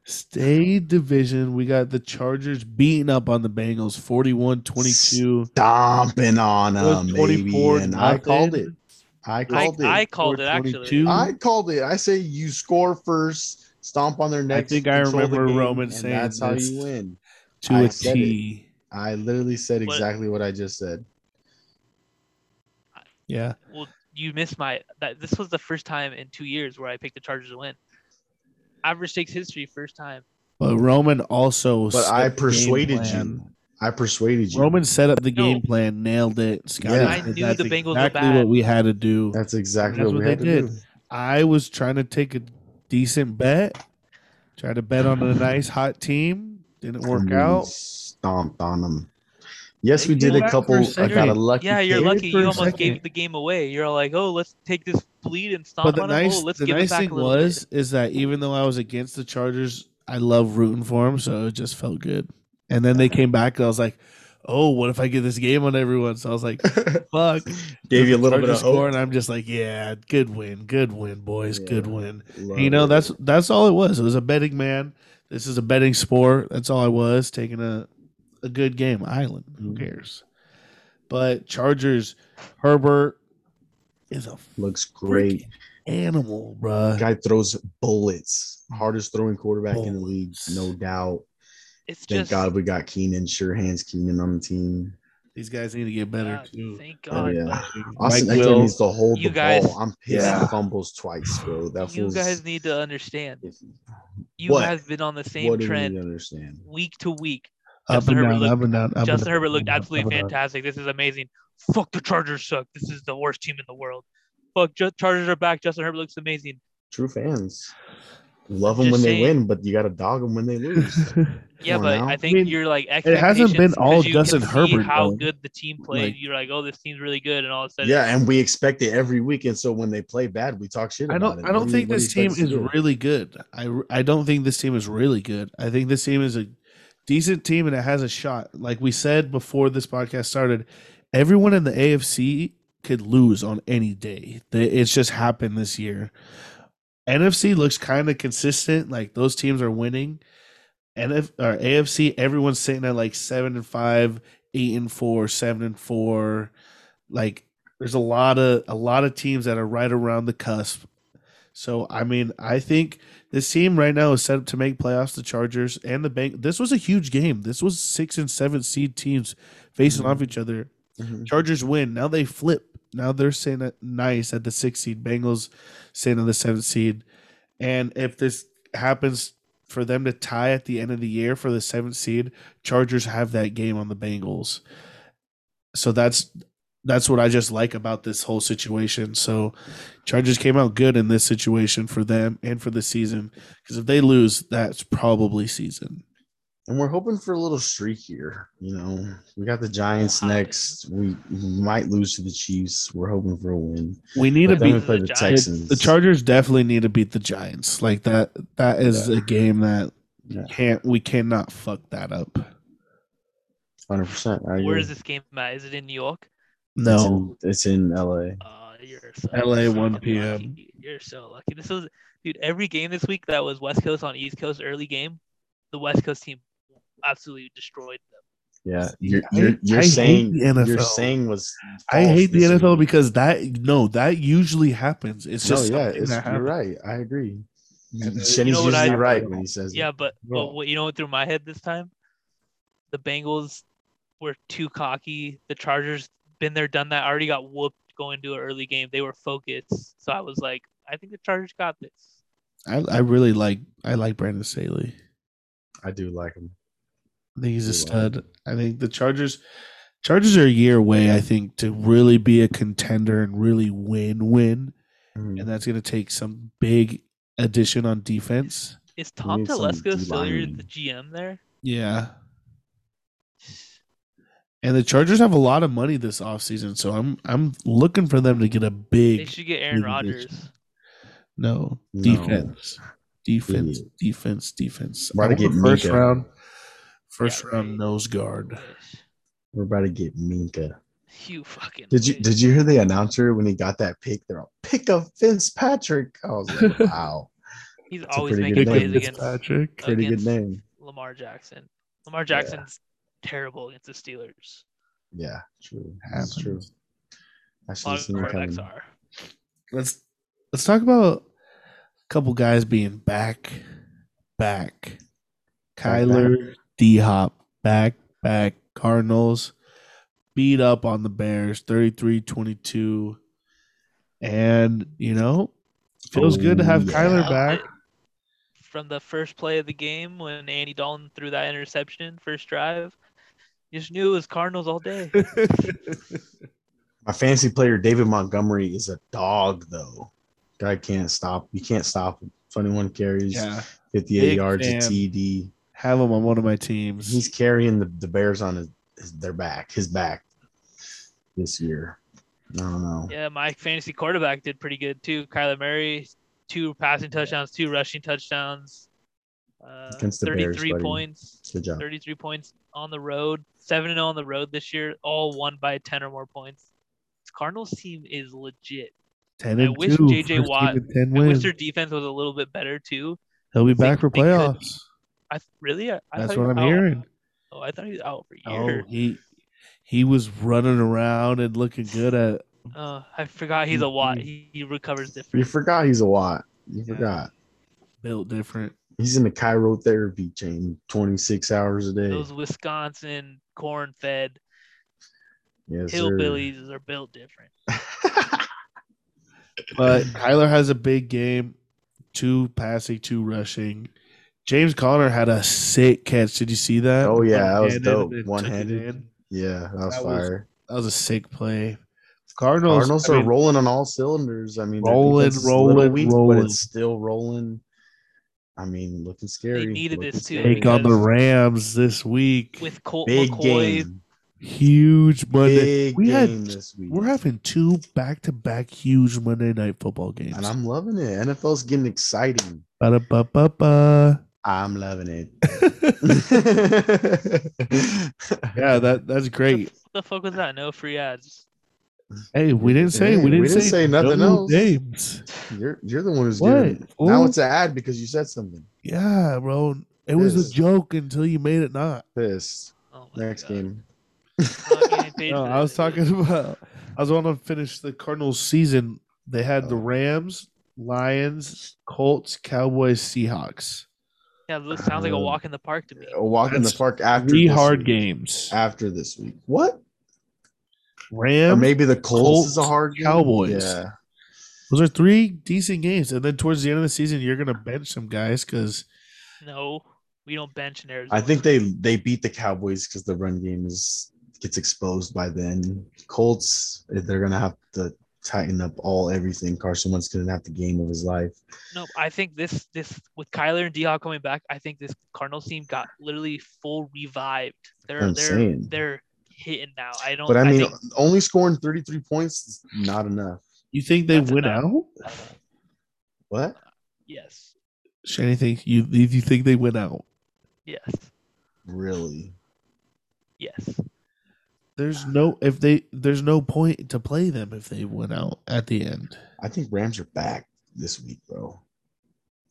Speaker 1: Stay division. We got the Chargers beating up on the Bengals 41 22.
Speaker 2: Stomping on
Speaker 1: Um,
Speaker 2: them, baby.
Speaker 1: 24
Speaker 2: And I called it.
Speaker 1: nothing.
Speaker 2: I
Speaker 3: I,
Speaker 2: called
Speaker 3: I
Speaker 2: it.
Speaker 3: called it, actually.
Speaker 1: 22.
Speaker 2: I, called it. I say you score first, stomp on their necks.
Speaker 1: think I
Speaker 2: control the
Speaker 1: remember
Speaker 2: game,
Speaker 1: Roman
Speaker 2: and
Speaker 1: saying
Speaker 2: that's how
Speaker 1: this.
Speaker 2: you win.
Speaker 1: To
Speaker 2: I
Speaker 1: a
Speaker 2: said
Speaker 1: T.
Speaker 2: I literally said
Speaker 3: What?
Speaker 2: exactly what I just said.
Speaker 1: Yeah.
Speaker 3: Well, you missed my. That, this was the first time in two years where I picked the Chargers to win. Average takes history, first time.
Speaker 1: But Roman also.
Speaker 2: But
Speaker 1: set
Speaker 2: I
Speaker 1: the game
Speaker 2: persuaded
Speaker 1: plan.
Speaker 2: you. I persuaded you.
Speaker 1: Roman set up the
Speaker 3: No.
Speaker 1: game plan, nailed it. Scotty,
Speaker 2: Yeah. I
Speaker 1: said
Speaker 3: knew
Speaker 1: that's
Speaker 3: the Bengals were
Speaker 1: exactly
Speaker 3: bad.
Speaker 1: what we had to do.
Speaker 2: That's exactly
Speaker 1: That's
Speaker 2: what,
Speaker 1: what
Speaker 2: we
Speaker 1: they
Speaker 2: had to
Speaker 1: did.
Speaker 2: do.
Speaker 1: I was trying to take a decent bet, try to bet on a nice hot team. Didn't work
Speaker 2: And we
Speaker 1: out.
Speaker 2: Stomped on them. Yes, we
Speaker 1: You
Speaker 2: did
Speaker 1: came
Speaker 2: a
Speaker 1: back for a
Speaker 2: couple. I
Speaker 1: second.
Speaker 2: got a lucky.
Speaker 3: Yeah, you're
Speaker 2: pick.
Speaker 3: lucky.
Speaker 1: for
Speaker 3: You
Speaker 1: a
Speaker 3: almost
Speaker 1: second.
Speaker 3: gave the game away. You're like, oh, let's take this lead and stomp
Speaker 1: But the
Speaker 3: on
Speaker 1: nice,
Speaker 3: it. Oh, let's
Speaker 1: the
Speaker 3: give
Speaker 1: nice
Speaker 3: it back
Speaker 1: thing
Speaker 3: a little bit.
Speaker 1: was is that even though I was against the Chargers, I love rooting for them, so it just felt good. And then they came back, and I was like, "Oh, what if I get this game on everyone?" So I was like, "Fuck."
Speaker 2: Gave you a little bit of
Speaker 1: Chargers score,
Speaker 2: hope.
Speaker 1: and I'm just like, "Yeah, good win, good win, boys, good
Speaker 2: Yeah.
Speaker 1: win."
Speaker 2: Love
Speaker 1: you know
Speaker 2: it.
Speaker 1: that's that's all it was it was a betting man this is a betting sport that's all i was taking a a good game island who
Speaker 2: Mhm.
Speaker 3: Mm-hmm.
Speaker 1: cares but chargers herbert is a
Speaker 2: looks great.
Speaker 1: animal, bruh.
Speaker 2: Guy throws bullets. Hardest throwing quarterback in the league, no doubt.
Speaker 3: It's
Speaker 2: Thank
Speaker 3: just
Speaker 2: God we got Keenan, sure hands Keenan on the team.
Speaker 1: These guys need to get better
Speaker 3: yeah,
Speaker 1: too.
Speaker 3: Thank
Speaker 2: Oh,
Speaker 3: God.
Speaker 2: yeah.
Speaker 3: like,
Speaker 2: Austin
Speaker 1: Mike
Speaker 2: Eckler
Speaker 1: Will,
Speaker 2: needs to hold
Speaker 3: you
Speaker 2: the
Speaker 3: guys-
Speaker 2: ball. I'm pissed
Speaker 1: Yeah.
Speaker 2: he fumbles twice, bro. That
Speaker 3: you
Speaker 2: feels
Speaker 3: guys need to understand. You
Speaker 2: What?
Speaker 3: guys been on the
Speaker 2: what
Speaker 3: same
Speaker 2: do we need
Speaker 3: trend
Speaker 2: to understand?
Speaker 3: week to week.
Speaker 1: Up and
Speaker 3: Justin Herbert
Speaker 1: down,
Speaker 3: looked-
Speaker 1: up and down, up and
Speaker 3: Justin
Speaker 1: down,
Speaker 3: Herbert
Speaker 1: up and
Speaker 3: looked
Speaker 1: down,
Speaker 3: absolutely
Speaker 1: up and down.
Speaker 3: fantastic. This is amazing. Fuck the Chargers suck. This is the worst team in the world. Fuck Ju- Chargers are back. Justin Herbert looks amazing.
Speaker 2: True fans. Love them
Speaker 3: Just
Speaker 2: when they
Speaker 3: saying.
Speaker 2: win, but you got to dog them when they lose.
Speaker 3: Yeah,
Speaker 2: Come on
Speaker 3: but
Speaker 2: now.
Speaker 3: I think
Speaker 1: mean,
Speaker 3: you're like
Speaker 1: been
Speaker 3: expectations
Speaker 1: all
Speaker 3: 'cause you can
Speaker 1: Justin
Speaker 3: see
Speaker 1: Herbert,
Speaker 3: How
Speaker 1: though.
Speaker 3: good the team played.
Speaker 1: Like-
Speaker 3: you're like, oh, this team's really good, and all of a sudden,
Speaker 2: yeah, and we expect it every week. And so when they play bad, we talk shit
Speaker 1: I
Speaker 2: about
Speaker 1: don't.
Speaker 2: it.
Speaker 1: I
Speaker 2: What
Speaker 1: don't
Speaker 2: do you-
Speaker 1: think
Speaker 2: what do
Speaker 1: this
Speaker 2: you
Speaker 1: team
Speaker 2: expect us
Speaker 1: is
Speaker 2: to do?
Speaker 1: really good. I. I don't think this team is really good. I think this team is a decent team and it has a shot. Like we said before this podcast started, everyone in the AFC could lose on any day. The- It's just happened this year. NFC looks kind of consistent. Like those teams are winning. NF or AFC, everyone's sitting at like seven and five, eight and four, seven and four. Like there's a lot of a lot of teams that are right around the cusp. So I mean, I think this team right now is set up to make playoffs. The Chargers and the Bank. This was a huge game. This was six and seven seed teams facing off each other.
Speaker 2: Mhm.
Speaker 1: Mm-hmm. Chargers win. Now they flip. Now they're saying that nice at the sixth seed. Bengals saying at the seventh seed. And if this happens for them to tie at the end of the year for the seventh seed, Chargers have that game on the Bengals. So that's that's what I just like about this whole situation. So Chargers came out good in this situation for them and for the season. Because if they lose, that's probably season.
Speaker 2: And we're hoping for a little streak here. You know, we got the Giants
Speaker 3: Hoping.
Speaker 2: next. We might lose to the Chiefs. We're hoping for a win.
Speaker 1: We need to
Speaker 2: But
Speaker 3: But
Speaker 1: be
Speaker 2: then we
Speaker 3: beat
Speaker 2: play
Speaker 3: the
Speaker 2: the
Speaker 3: Giants.
Speaker 2: Texans.
Speaker 1: The Chargers definitely need to beat the Giants. Like that that is
Speaker 2: Yeah.
Speaker 1: a game that
Speaker 2: Yeah.
Speaker 1: can't we cannot fuck that up.
Speaker 2: hundred percent.
Speaker 3: where is this game at? Is it in New York?
Speaker 1: No.
Speaker 2: it's in, LA.
Speaker 3: Uh, you're so
Speaker 1: LA,
Speaker 3: fucking
Speaker 1: 1 p.m..
Speaker 3: lucky. You're so lucky. This was, dude, every game this week that was West Coast on East Coast early game, the West Coast team absolutely destroyed them.
Speaker 2: Yeah, you're
Speaker 1: I-
Speaker 2: you're, you're
Speaker 1: I hate
Speaker 2: saying
Speaker 1: the NFL.
Speaker 2: you're saying was.
Speaker 1: I
Speaker 2: false
Speaker 1: hate the
Speaker 2: this
Speaker 1: NFL
Speaker 2: week.
Speaker 1: because that no, that usually happens. It's just
Speaker 2: no, yeah,
Speaker 1: something
Speaker 2: it's,
Speaker 1: that
Speaker 2: you're
Speaker 1: happens.
Speaker 2: right. I agree.
Speaker 1: And, uh,
Speaker 2: Shenny's
Speaker 3: you know what
Speaker 2: usually
Speaker 3: I-
Speaker 2: right when he says.
Speaker 3: Yeah, but,
Speaker 2: Bro.
Speaker 3: but what, you know what through my head this time? The Bengals were too cocky. The Chargers been there, done that. Already got whooped going to an early game. They were focused. So I was like, I think the Chargers got this.
Speaker 1: I, I really like I like Brandon Staley.
Speaker 2: I do like him.
Speaker 1: I think he's a
Speaker 2: You like
Speaker 1: stud. I think the Chargers Chargers are a year away, I think, to really be a contender and really win win.
Speaker 2: Mm-hmm. Hmm,
Speaker 1: And that's gonna take some big addition on defense.
Speaker 3: Is Tom
Speaker 2: need some
Speaker 3: Telesco still your,
Speaker 2: D-linemen.
Speaker 3: the GM there?
Speaker 1: Yeah. And the Chargers have a lot of money this offseason, so I'm I'm looking for them to get a
Speaker 3: They
Speaker 1: big
Speaker 3: should get Aaron
Speaker 1: big addition.
Speaker 3: Rodgers.
Speaker 1: no,
Speaker 2: No.
Speaker 1: defense. Defense,
Speaker 2: Yeah.
Speaker 1: defense, defense.
Speaker 2: We're
Speaker 1: I
Speaker 2: about to
Speaker 1: want
Speaker 2: get
Speaker 1: a first
Speaker 2: Minka.
Speaker 1: round first
Speaker 3: Yeah,
Speaker 1: round
Speaker 3: right.
Speaker 1: nose guard.
Speaker 2: We're about to get Minka.
Speaker 3: You fucking.
Speaker 2: Did you
Speaker 3: wish.
Speaker 2: did you hear the announcer when he got that pick? They're all pick up Fitzpatrick. I was like, wow,
Speaker 3: He's
Speaker 2: a
Speaker 3: always
Speaker 2: pretty
Speaker 3: making
Speaker 2: good
Speaker 3: plays
Speaker 2: name.
Speaker 3: against
Speaker 1: Fitzpatrick.
Speaker 2: pretty
Speaker 3: Against-
Speaker 2: good name.
Speaker 3: Lamar Jackson. Lamar Jackson's terrible against the Steelers.
Speaker 2: Yeah, true.
Speaker 1: Happens.
Speaker 2: That's true. I
Speaker 3: A
Speaker 2: should
Speaker 3: lot
Speaker 2: have
Speaker 3: of
Speaker 2: seen it coming.
Speaker 3: quarterbacks are.
Speaker 1: Let's let's talk about a couple guys being back back.
Speaker 2: back.
Speaker 1: Kyler D Hop back back Cardinals beat up on the Bears 33-22 and you know feels good to have
Speaker 2: Oh,
Speaker 1: Kyler
Speaker 3: yeah.
Speaker 1: back.
Speaker 3: From the first play of the game when Andy Dalton threw that interception, first drive, you just knew it was Cardinals all day.
Speaker 2: My fantasy player David Montgomery is a dog though. Guy can't stop. You can't stop him. 21 carries,
Speaker 1: yeah.
Speaker 2: 58
Speaker 1: Big
Speaker 2: yards, a
Speaker 1: fan.
Speaker 2: TD.
Speaker 1: Have him on one of my teams.
Speaker 2: He's carrying the, the Bears on his, his- their back, his back this year. I don't know.
Speaker 3: yeah, my fantasy quarterback did pretty good too. Kyler Murray, two passing touchdowns, two rushing touchdowns, uh,
Speaker 2: Against the Bears,
Speaker 3: 33
Speaker 2: buddy.
Speaker 3: points.
Speaker 2: Good job.
Speaker 3: 33 points on the road, 7 0 on the road this year, all won by 10 or more points. This Cardinals team is legit.
Speaker 1: 10
Speaker 3: I
Speaker 1: and
Speaker 3: wish
Speaker 1: 2,
Speaker 3: J.J.
Speaker 1: first team
Speaker 3: Watt-
Speaker 1: with 10
Speaker 3: I wish
Speaker 1: wins.
Speaker 3: their defense was a little bit better too.
Speaker 1: He'll be
Speaker 3: they-
Speaker 1: back for
Speaker 3: they could-
Speaker 1: playoffs.
Speaker 3: I th- really, I, I
Speaker 1: That's
Speaker 3: thought he
Speaker 1: what
Speaker 3: was
Speaker 1: I'm
Speaker 3: out.
Speaker 1: hearing.
Speaker 3: Oh, I thought he was out for a
Speaker 1: Oh,
Speaker 3: year.
Speaker 1: he he was running around and looking good at
Speaker 3: Uh, I forgot he's a
Speaker 2: Mm-hmm.
Speaker 3: Watt. He, he recovers
Speaker 2: You
Speaker 3: different.
Speaker 2: forgot he's a Watt. You
Speaker 1: Yeah.
Speaker 2: forgot.
Speaker 1: Built different.
Speaker 2: He's in the chirotherapy chain 26 hours a day.
Speaker 3: Those Wisconsin corn-fed
Speaker 2: yes, sir.
Speaker 3: hillbillies are built different.
Speaker 1: But Kyler has a big game, two passing, two rushing. James Conner had a sick catch. Did you see that?
Speaker 2: Oh, yeah, that
Speaker 1: One-handed
Speaker 2: was dope.
Speaker 1: and took it
Speaker 2: One-handed.
Speaker 1: in.
Speaker 2: yeah, that was
Speaker 1: That was-
Speaker 2: fire.
Speaker 1: That was a sick play. Cardinals,
Speaker 2: Cardinals
Speaker 1: I
Speaker 2: are
Speaker 1: mean,
Speaker 2: rolling on all cylinders. I mean, their
Speaker 1: Rolling,
Speaker 2: defense is a little
Speaker 1: rolling,
Speaker 2: but
Speaker 1: rolling.
Speaker 2: it's still rolling. I mean, looking scary.
Speaker 3: needed
Speaker 2: looking
Speaker 3: this too,
Speaker 2: scary.
Speaker 1: take on the Rams this week.
Speaker 3: With Colt
Speaker 2: Big
Speaker 3: McCoy,
Speaker 2: game.
Speaker 1: huge Monday.
Speaker 2: Big
Speaker 1: we had-
Speaker 2: game this week.
Speaker 1: We're having two back-to-back huge Monday night football games.
Speaker 2: and I'm loving it. NFL's getting exciting.
Speaker 1: Ba-da-ba-ba-ba.
Speaker 2: I'm loving it.
Speaker 1: yeah, that that's great.
Speaker 3: the fuck was that? No free ads.
Speaker 1: Hey, we didn't say
Speaker 2: Hey,
Speaker 1: we didn't,
Speaker 2: we didn't say nothing
Speaker 1: no
Speaker 2: else.
Speaker 1: Names.
Speaker 2: You're you're the one who's
Speaker 1: What?
Speaker 2: getting now
Speaker 1: fool?
Speaker 2: it's an ad because you said something.
Speaker 1: yeah, bro. It was
Speaker 2: Yes.
Speaker 1: a joke until you made it not.
Speaker 2: Pissed.
Speaker 3: Oh my
Speaker 2: Next
Speaker 3: God.
Speaker 2: game.
Speaker 3: I'm not getting paid
Speaker 1: No,
Speaker 3: for
Speaker 1: I was
Speaker 3: this.
Speaker 1: talking about. I was want to finish the Cardinals season. They had the
Speaker 2: Oh.
Speaker 1: Rams, Lions, Colts, Cowboys, Seahawks.
Speaker 3: Yeah, it looks- sounds like a
Speaker 2: Um,
Speaker 3: walk in the park to me.
Speaker 2: A walk in the
Speaker 1: That's
Speaker 2: park after
Speaker 1: Three
Speaker 2: this
Speaker 1: hard
Speaker 2: week.
Speaker 1: games.
Speaker 2: After this week. What? Or
Speaker 1: Rams.
Speaker 2: maybe the Colts,
Speaker 1: Colts,
Speaker 2: is a hard game.
Speaker 1: Cowboys.
Speaker 2: Yeah.
Speaker 1: Those are three decent games, and then towards the end of the season, you're gonna bench some guys because
Speaker 3: No, we don't bench in Arizona.
Speaker 2: I think they they beat the Cowboys because the run game is gets exposed by then. Colts, they're gonna have to tighten up all everything. Carson Wentz gonna have the game of his life.
Speaker 3: No, I think this this with Kyler and D Hop coming back, I think this Cardinals team got literally full revived. They're
Speaker 2: I'm
Speaker 3: they're
Speaker 2: saying.
Speaker 3: they're hitting now. I don't.
Speaker 2: But I mean,
Speaker 3: think,
Speaker 2: only scoring 33 points is not enough.
Speaker 1: you think they
Speaker 3: That's
Speaker 1: win
Speaker 3: enough.
Speaker 1: out.
Speaker 2: What?
Speaker 3: yes,
Speaker 1: Shani, think you you think they win out?
Speaker 3: yes,
Speaker 2: Really?
Speaker 3: yes.
Speaker 1: There's no if they there's no point to play them if they win out at the end.
Speaker 2: I think Rams are back this week, bro.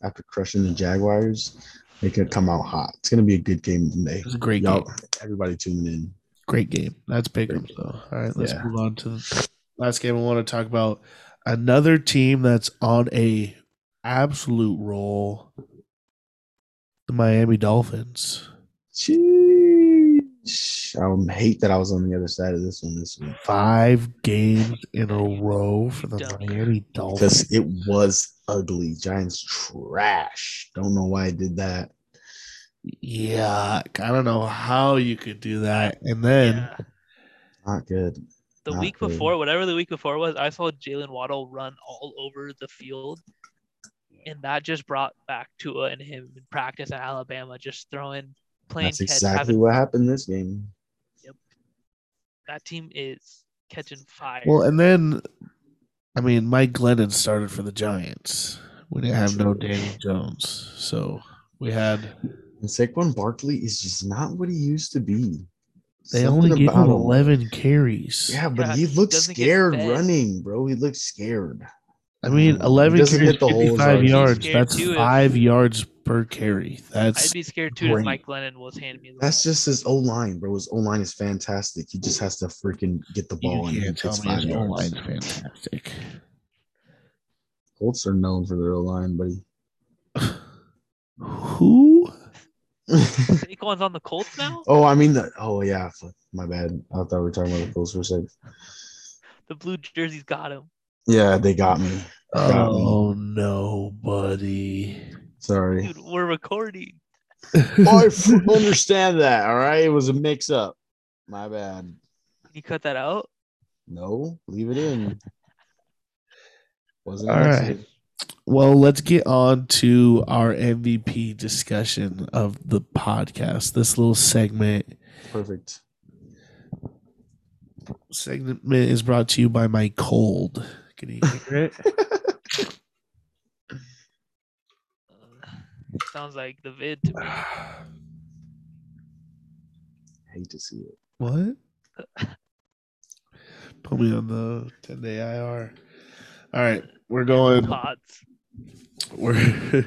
Speaker 2: After crushing the Jaguars, they could come out hot. It's gonna be a good game today.
Speaker 1: It's a great
Speaker 2: Y'all,
Speaker 1: game.
Speaker 2: everybody tuning in.
Speaker 1: Great game. That's Pick'em. So, all right, let's
Speaker 2: Yeah.
Speaker 1: move on to the last game. I want to talk about another team that's on a absolute roll. The Miami Dolphins.
Speaker 2: Sheesh. I would hate that I was on the other side of this one this week
Speaker 1: Five games in a row for the
Speaker 3: Dumb.
Speaker 1: Miami Dolphins.
Speaker 2: because it was ugly. Giants trash. Don't know why I did that.
Speaker 1: Yeah, I don't know how you could do that. And then
Speaker 3: yeah.
Speaker 2: Not good.
Speaker 3: The
Speaker 2: not
Speaker 3: week
Speaker 2: good.
Speaker 3: before, whatever the week before was, I saw Jalen Waddle run all over the field, and that just brought back Tua and him in practice at Alabama, just throwing plain
Speaker 2: That's
Speaker 3: catch.
Speaker 2: exactly
Speaker 3: having-
Speaker 2: what happened this game.
Speaker 3: that team is catching fire.
Speaker 1: Well, and then, I mean, Mike Glennon started for the Giants. We didn't have no
Speaker 2: True.
Speaker 1: Daniel Jones, so we had
Speaker 2: And Saquon Barkley is just not what he used to be.
Speaker 1: they
Speaker 2: Something
Speaker 1: only gave him
Speaker 2: about
Speaker 1: eleven carries.
Speaker 2: Yeah, but
Speaker 3: Yeah,
Speaker 2: he
Speaker 3: he
Speaker 2: looked
Speaker 3: doesn't get
Speaker 2: scared
Speaker 3: fed.
Speaker 2: running, bro. He looked scared.
Speaker 1: I mean,
Speaker 2: He
Speaker 1: eleven
Speaker 2: doesn't
Speaker 1: carries,
Speaker 2: hit the holes,
Speaker 1: fifty-five
Speaker 2: right?
Speaker 1: yards.
Speaker 3: He's
Speaker 1: That's
Speaker 3: scared too if-
Speaker 1: five yards per carry.
Speaker 3: I'd
Speaker 1: That's
Speaker 3: be scared too if
Speaker 2: great.
Speaker 3: Mike Glennon was handing me the
Speaker 2: That's
Speaker 3: ball.
Speaker 2: just his O line, bro. His O line is fantastic. He just has to freaking get the
Speaker 1: you
Speaker 2: ball and he
Speaker 1: can't tell
Speaker 2: gets
Speaker 1: me
Speaker 2: five
Speaker 1: his O line's
Speaker 2: yards.
Speaker 1: fantastic.
Speaker 2: Colts are known for their O line, buddy.
Speaker 1: Who?
Speaker 3: Saquon's on the Colts now.
Speaker 2: oh, I mean the. Oh yeah, fuck, my bad. I thought we were talking about the Colts for a second.
Speaker 3: The blue jerseys got him.
Speaker 2: Yeah, they got me. Got me.
Speaker 1: Oh nobody.
Speaker 2: Sorry.
Speaker 3: Dude, we're recording.
Speaker 2: I f- understand that. All right, it was a mix-up. My bad.
Speaker 3: Can you cut that out?
Speaker 2: No, leave it in. Wasn't
Speaker 1: All
Speaker 2: an
Speaker 1: right.
Speaker 2: accident.
Speaker 1: Well, let's get on to our MVP discussion of the podcast. This little segment
Speaker 2: Perfect.
Speaker 1: segment is brought to you by my cold. Can you hear it?
Speaker 3: Uh, sounds like the vid to me.
Speaker 2: Hate to see it.
Speaker 1: what? Put me on the 10 day IR. All right, we're going
Speaker 3: Pods.
Speaker 1: we're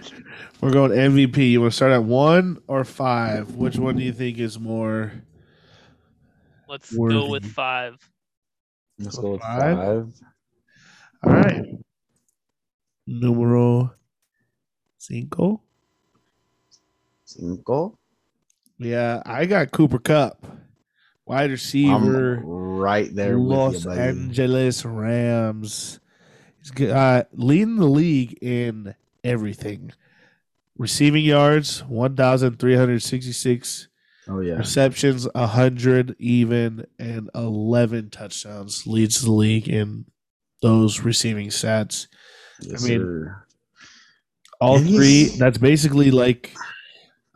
Speaker 1: we're going MVP. You want to start at 1 or 5? Which one do you think is more
Speaker 3: Let's
Speaker 1: Worthy.
Speaker 3: go with five.
Speaker 2: Let's
Speaker 1: So
Speaker 2: go with
Speaker 1: five?
Speaker 2: five.
Speaker 1: All right. Numero cinco.
Speaker 2: Cinco.
Speaker 1: Yeah, I got Cooper Cup, wide
Speaker 2: I'm
Speaker 1: receiver.
Speaker 2: right there
Speaker 1: Los
Speaker 2: with you, buddy.
Speaker 1: Angeles Rams. He's g- uh, leading the league in everything. Receiving yards, 1,366.
Speaker 2: oh yeah.
Speaker 1: Receptions, 100 even, and 11 touchdowns. Leads the league in those receiving stats.
Speaker 2: Yes,
Speaker 1: I mean,
Speaker 2: sir.
Speaker 1: All
Speaker 2: And
Speaker 1: three,
Speaker 2: he's-
Speaker 1: that's basically like,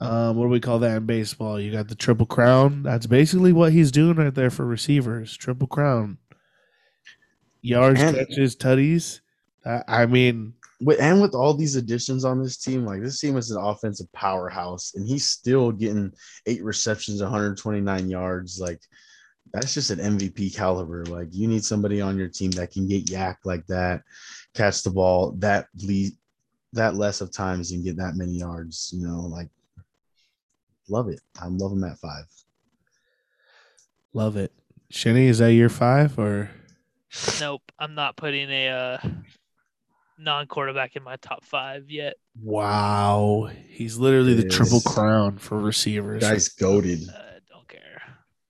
Speaker 1: um, what do we call that in baseball? You got the Triple Crown. That's basically what he's doing right there for receivers. Triple Crown. Yards,
Speaker 2: And-
Speaker 1: catches, tutties. I, I mean,
Speaker 2: with, and with all these additions on this team, like this team is an offensive powerhouse, and he's still getting eight receptions, 129 yards. Like that's just an MVP caliber. Like you need somebody on your team that can get yak like that, catch the ball that lead that less of times and get that many yards. You know, like love it. I love him at five.
Speaker 1: love it. Shinny, is that year five or?
Speaker 3: Nope, I'm not putting a uh, non-quarterback in my top five yet.
Speaker 1: Wow. He's literally the
Speaker 2: It
Speaker 1: Triple
Speaker 2: is.
Speaker 1: Crown for receivers.
Speaker 2: Guys, goaded.
Speaker 3: Uh, don't care.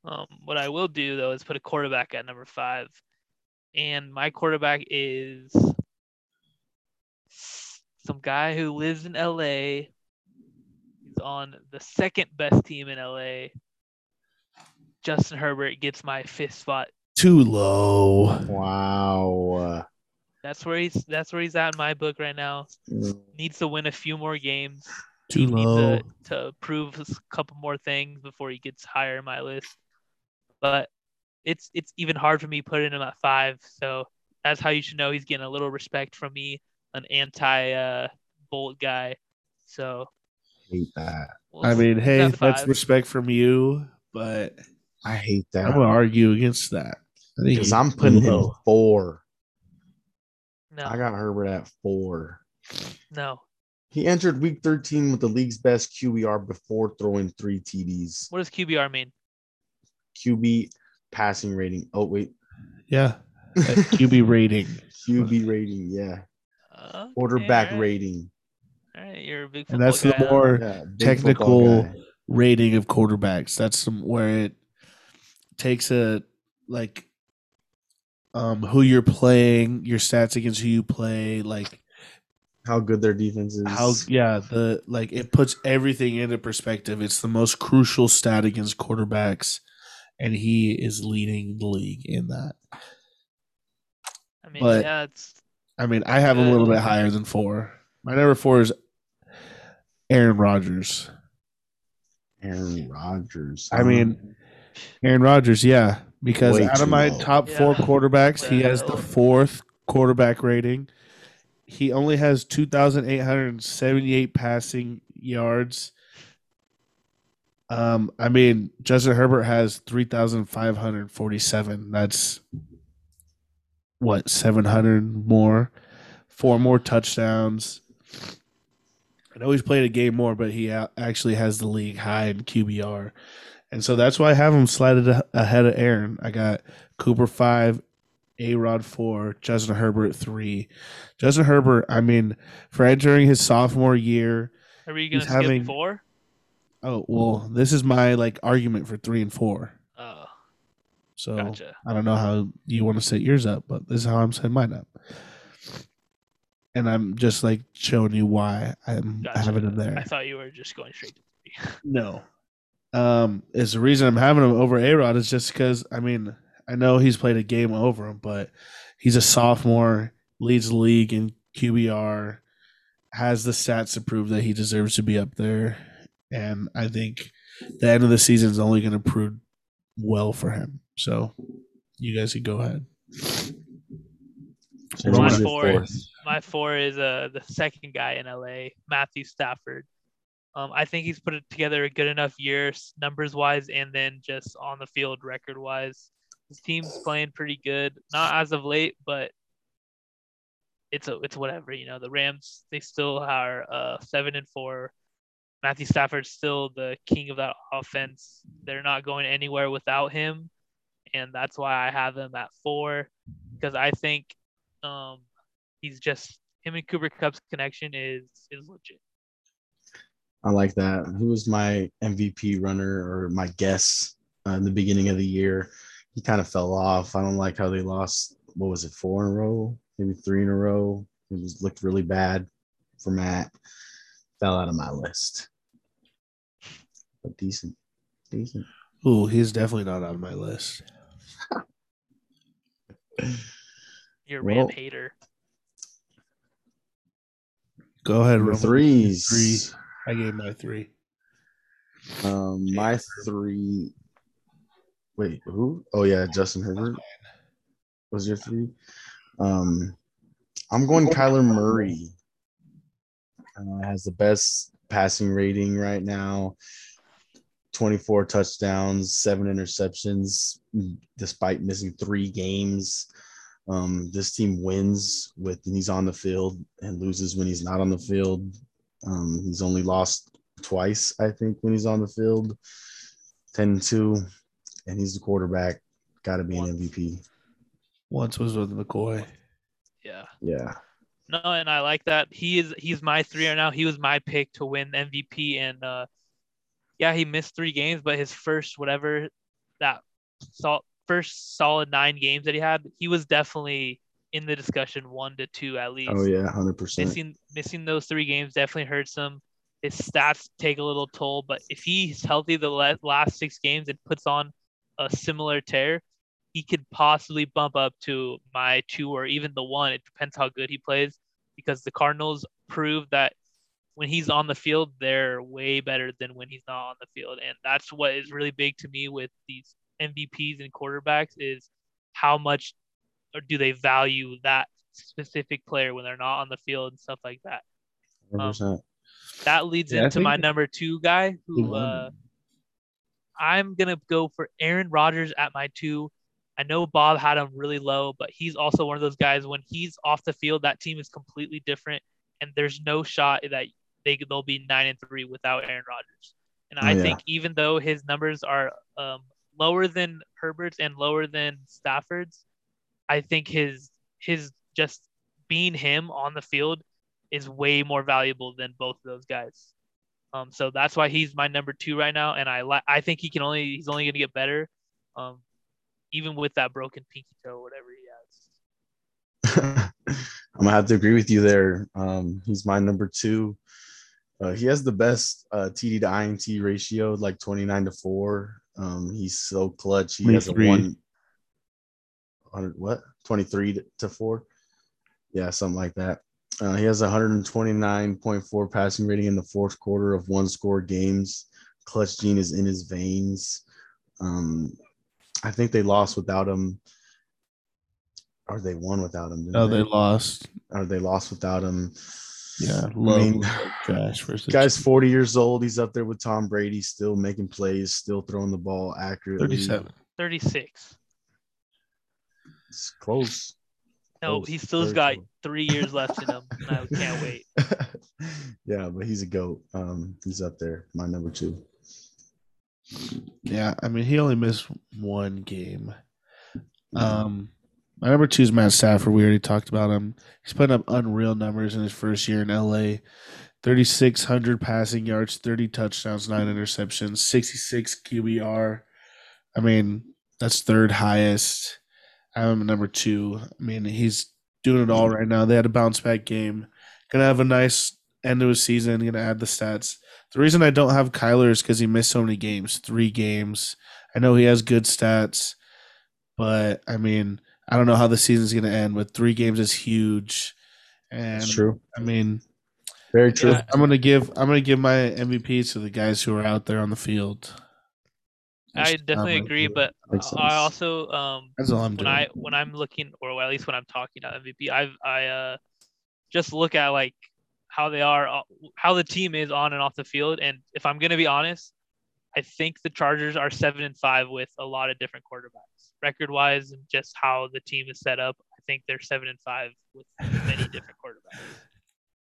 Speaker 3: Um, what I will do though is put a quarterback at number five, and my quarterback is some guy who lives in LA. He's on the second best team in LA. Justin Herbert gets my fifth spot.
Speaker 1: Too low.
Speaker 2: Wow.
Speaker 3: That's where he's. That's where he's at in my book right now. Needs to win a few more games.
Speaker 1: Too
Speaker 3: need
Speaker 1: low.
Speaker 3: to, to prove a couple more things before he gets higher in my list. But it's it's even hard for me putting him at five. So that's how you should know he's getting a little respect from me, an anti uh, Bolt guy. So
Speaker 2: Hate that.
Speaker 3: we'll
Speaker 1: I
Speaker 3: see.
Speaker 1: mean, hey,
Speaker 3: at
Speaker 1: that's
Speaker 3: five.
Speaker 1: respect from you, but
Speaker 2: I hate
Speaker 1: I'm
Speaker 2: that.
Speaker 1: going to argue against that. I think
Speaker 2: Because
Speaker 1: he's
Speaker 2: I'm putting him
Speaker 1: low.
Speaker 2: four.
Speaker 3: no,
Speaker 2: I got Herbert at four.
Speaker 3: no.
Speaker 2: He entered week 13 with the league's best QBR before throwing three TDs.
Speaker 3: What does QBR mean?
Speaker 2: QB passing rating. Oh, wait.
Speaker 1: Yeah. QB rating.
Speaker 2: QB rating. Yeah.
Speaker 3: Okay,
Speaker 2: Quarterback
Speaker 3: all right,
Speaker 2: rating.
Speaker 3: All right, you're a big.
Speaker 1: And that's
Speaker 3: football
Speaker 1: the
Speaker 3: guy, huh?
Speaker 1: more
Speaker 2: Yeah, big
Speaker 1: Technical-
Speaker 2: football guy.
Speaker 1: rating of quarterbacks. That's some, where it takes a like um who you're playing, your stats against who you play, like
Speaker 2: How good their defense is.
Speaker 1: how yeah, the like it puts everything into perspective. It's the most crucial stat against quarterbacks and he is leading the league in that.
Speaker 3: I mean,
Speaker 1: but-
Speaker 3: yeah, it's
Speaker 1: I mean, I have a little bit higher than 4. My number 4 is Aaron Rodgers.
Speaker 2: Aaron Rodgers.
Speaker 1: I mean, Aaron Rodgers, yeah, because
Speaker 2: Way
Speaker 1: out of
Speaker 2: too
Speaker 1: my
Speaker 2: low.
Speaker 1: top four
Speaker 3: Yeah.
Speaker 1: quarterbacks, he has
Speaker 3: Well.
Speaker 1: the fourth quarterback rating. He only has 2,878 passing yards. Um, I mean, Justin Herbert has 3,547. That's what, 700 more? Four more touchdowns. I know he's played a game more, but he a- actually has the league high in QBR. And so that's why I have him slided a- ahead of Aaron. I got Cooper five, A Rod four, Justin Herbert three. Justin Herbert, I mean, for entering his sophomore year,
Speaker 3: are we gonna
Speaker 1: He's
Speaker 3: skip
Speaker 1: having-
Speaker 3: four?
Speaker 1: oh well, this is my like argument for three and four.
Speaker 3: Oh,
Speaker 1: So
Speaker 3: gotcha.
Speaker 1: I don't know how you want to set yours up, but this is how I'm setting mine up. And I'm just like showing you why I'm
Speaker 3: Gotcha.
Speaker 1: having him there.
Speaker 3: I thought you were just going straight to three.
Speaker 1: No. Um, is the reason I'm having him over A Rod is just because I mean I know he's played a game over him, but he's a sophomore, leads the league in QBR, has the stats to prove that he deserves to be up there, and I think the end of the season is only going to prove well for him. So you guys can go ahead.
Speaker 2: Jimmy
Speaker 1: Mine
Speaker 2: is
Speaker 3: four.
Speaker 2: fourth.
Speaker 3: my four is uh the second guy in LA, Matthew Stafford. Um, I think he's put it together a good enough year, numbers wise, and then just on the field record wise. His team's playing pretty good, not as of late, but it's a, it's whatever you know. The Rams they still are uh, seven and four. Matthew Stafford's still the king of that offense. They're not going anywhere without him, and that's why I have him at four because I think um, he's just him and Cooper Cup's connection is is legit.
Speaker 2: I like that. Who was my MVP runner or my guess uh, in the beginning of the year? He kind of fell off. I don't like how they lost. What was it, four in a row? Maybe three in a row. It was looked really bad for Matt. Fell out of my list, but decent, decent.
Speaker 1: Ooh, he's definitely not on my list.
Speaker 3: You're a
Speaker 2: Well,
Speaker 3: Ram hater.
Speaker 1: Go ahead,
Speaker 2: Number
Speaker 1: Rumble.
Speaker 2: threes.
Speaker 1: Three. I gave my three.
Speaker 2: Um, my three. Wait, who? Oh yeah, Justin Herbert was your three. Um, I'm going Kyler Murray. Uh, has the best passing rating right now. 24 touchdowns, seven interceptions, despite missing three games. Um, this team wins with when he's on the field and loses when he's not on the field. Um, he's only lost twice, I think, when he's on the field 10 2, and he's the quarterback. Got to be an
Speaker 3: Once.
Speaker 2: MVP.
Speaker 1: Once was with McCoy.
Speaker 3: Yeah.
Speaker 2: Yeah.
Speaker 3: No, and I like that. He is he's my three right now. He was my pick to win MVP and uh yeah, he missed three games, but his first whatever that sol- first solid nine games that he had, he was definitely in the discussion one to two at least.
Speaker 2: Oh, yeah, 100%.
Speaker 3: Missing missing those three games definitely hurts him. His stats take a little toll, but if he's healthy the la- last six games and puts on a similar tear, he could possibly bump up to my two or even the one. It depends how good he plays, because the Cardinals proved that when he's on the field, they're way better than when he's not on the field, and that's what is really big to me with these MVPs and quarterbacks is how much or do they value that specific player when they're not on the field and stuff like that.
Speaker 2: 100%.
Speaker 3: That leads
Speaker 1: Yeah, I
Speaker 3: into my
Speaker 1: think-
Speaker 3: number two guy, who
Speaker 1: won.
Speaker 3: uh, I'm gonna go for Aaron Rodgers at my two. I know Bob had him really low, but he's also one of those guys when he's off the field, that team is completely different, and there's no shot that they they'll be nine and three without Aaron Rodgers. And I
Speaker 2: Oh, yeah.
Speaker 3: think even though his numbers are um, lower than Herbert's and lower than Stafford's, I think his his just being him on the field is way more valuable than both of those guys. Um, so that's why he's my number two right now, and I li- I think he can only he's only gonna get better, um, even with that broken pinky toe, or whatever he has.
Speaker 2: I'm gonna have to agree with you there. Um, he's my number two. Uh, he has the best uh, TD to INT ratio, like 29 to four. Um, he's so clutch. He has a
Speaker 1: 23.
Speaker 2: one. 100, what 23 to- to four? Yeah, something like that. Uh, he has 129.4 passing rating in the fourth quarter of one score games. Clutch gene is in his veins. Um, I think they lost without him, or they won without him. didn't
Speaker 1: No, Oh, they lost.
Speaker 2: or they lost without him.
Speaker 1: Yeah,
Speaker 2: I
Speaker 1: love
Speaker 2: mean,
Speaker 1: Josh versus
Speaker 2: guy's 40 years old. He's up there with Tom Brady, still making plays, still throwing the ball accurately.
Speaker 1: thirty-seven.
Speaker 3: Thirty six.
Speaker 2: It's close.
Speaker 3: No,
Speaker 2: Close,
Speaker 3: he still's
Speaker 2: very
Speaker 3: got
Speaker 2: close.
Speaker 3: three years left in him. and I can't wait.
Speaker 2: yeah, but he's a goat. Um, he's up there, my number two.
Speaker 1: Yeah, I mean he only missed one game. Um, my number two is Matt Stafford. We already talked about him. He's putting up unreal numbers in his first year in LA. Thirty six hundred passing yards, thirty touchdowns, nine interceptions, sixty six QBR. I mean that's third highest. I'm number two. I mean he's doing it all right now. They had a bounce back game. Gonna have a nice end of a season. Gonna add the stats. The reason I don't have Kyler is because he missed so many games, three games. I know he has good stats, but I mean, I don't know how the season's going to end. But three games is huge, and
Speaker 2: That's true.
Speaker 1: I mean,
Speaker 2: Very true.
Speaker 3: Yeah.
Speaker 1: I'm gonna give I'm gonna give my MVP to the guys who are out there on the field.
Speaker 3: I
Speaker 1: That's
Speaker 3: definitely
Speaker 1: how I'm
Speaker 3: agree,
Speaker 1: doing.
Speaker 3: but
Speaker 2: Makes
Speaker 3: I
Speaker 2: sense.
Speaker 3: also um,
Speaker 1: that's all I'm
Speaker 3: when
Speaker 1: doing.
Speaker 3: I when I'm looking or at least when I'm talking about MVP, I I uh, just look at like how they are, uh, how the team is on and off the field. And if I'm gonna be honest, I think the Chargers are seven and five with a lot of different quarterbacks, record wise, and just how the team is set up. I think they're seven and five with many different quarterbacks.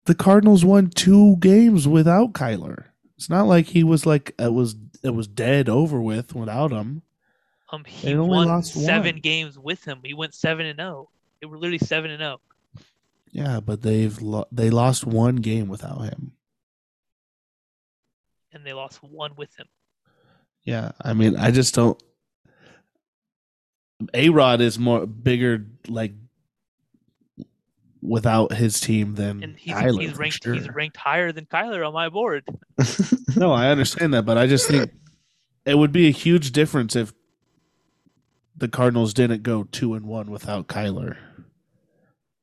Speaker 1: the Cardinals won two games without Kyler. It's not like he was like it was it was dead over with without him.
Speaker 3: Um, he
Speaker 1: They only
Speaker 3: won
Speaker 1: lost
Speaker 3: seven
Speaker 1: one.
Speaker 3: games with him. He went seven and zero. They were literally seven and oh, zero.
Speaker 1: Yeah, but they've lo- they lost one game without him.
Speaker 3: and they lost one with him.
Speaker 1: Yeah, I mean, I just don't. A Rod is more bigger, like without his team than
Speaker 3: And he's,
Speaker 1: Mm, Kyler.
Speaker 3: he's
Speaker 1: for
Speaker 3: ranked
Speaker 1: sure.
Speaker 3: he's ranked higher than Kyler on my board.
Speaker 1: No, I understand that, but I just think it would be a huge difference if the Cardinals didn't go two and one without Kyler.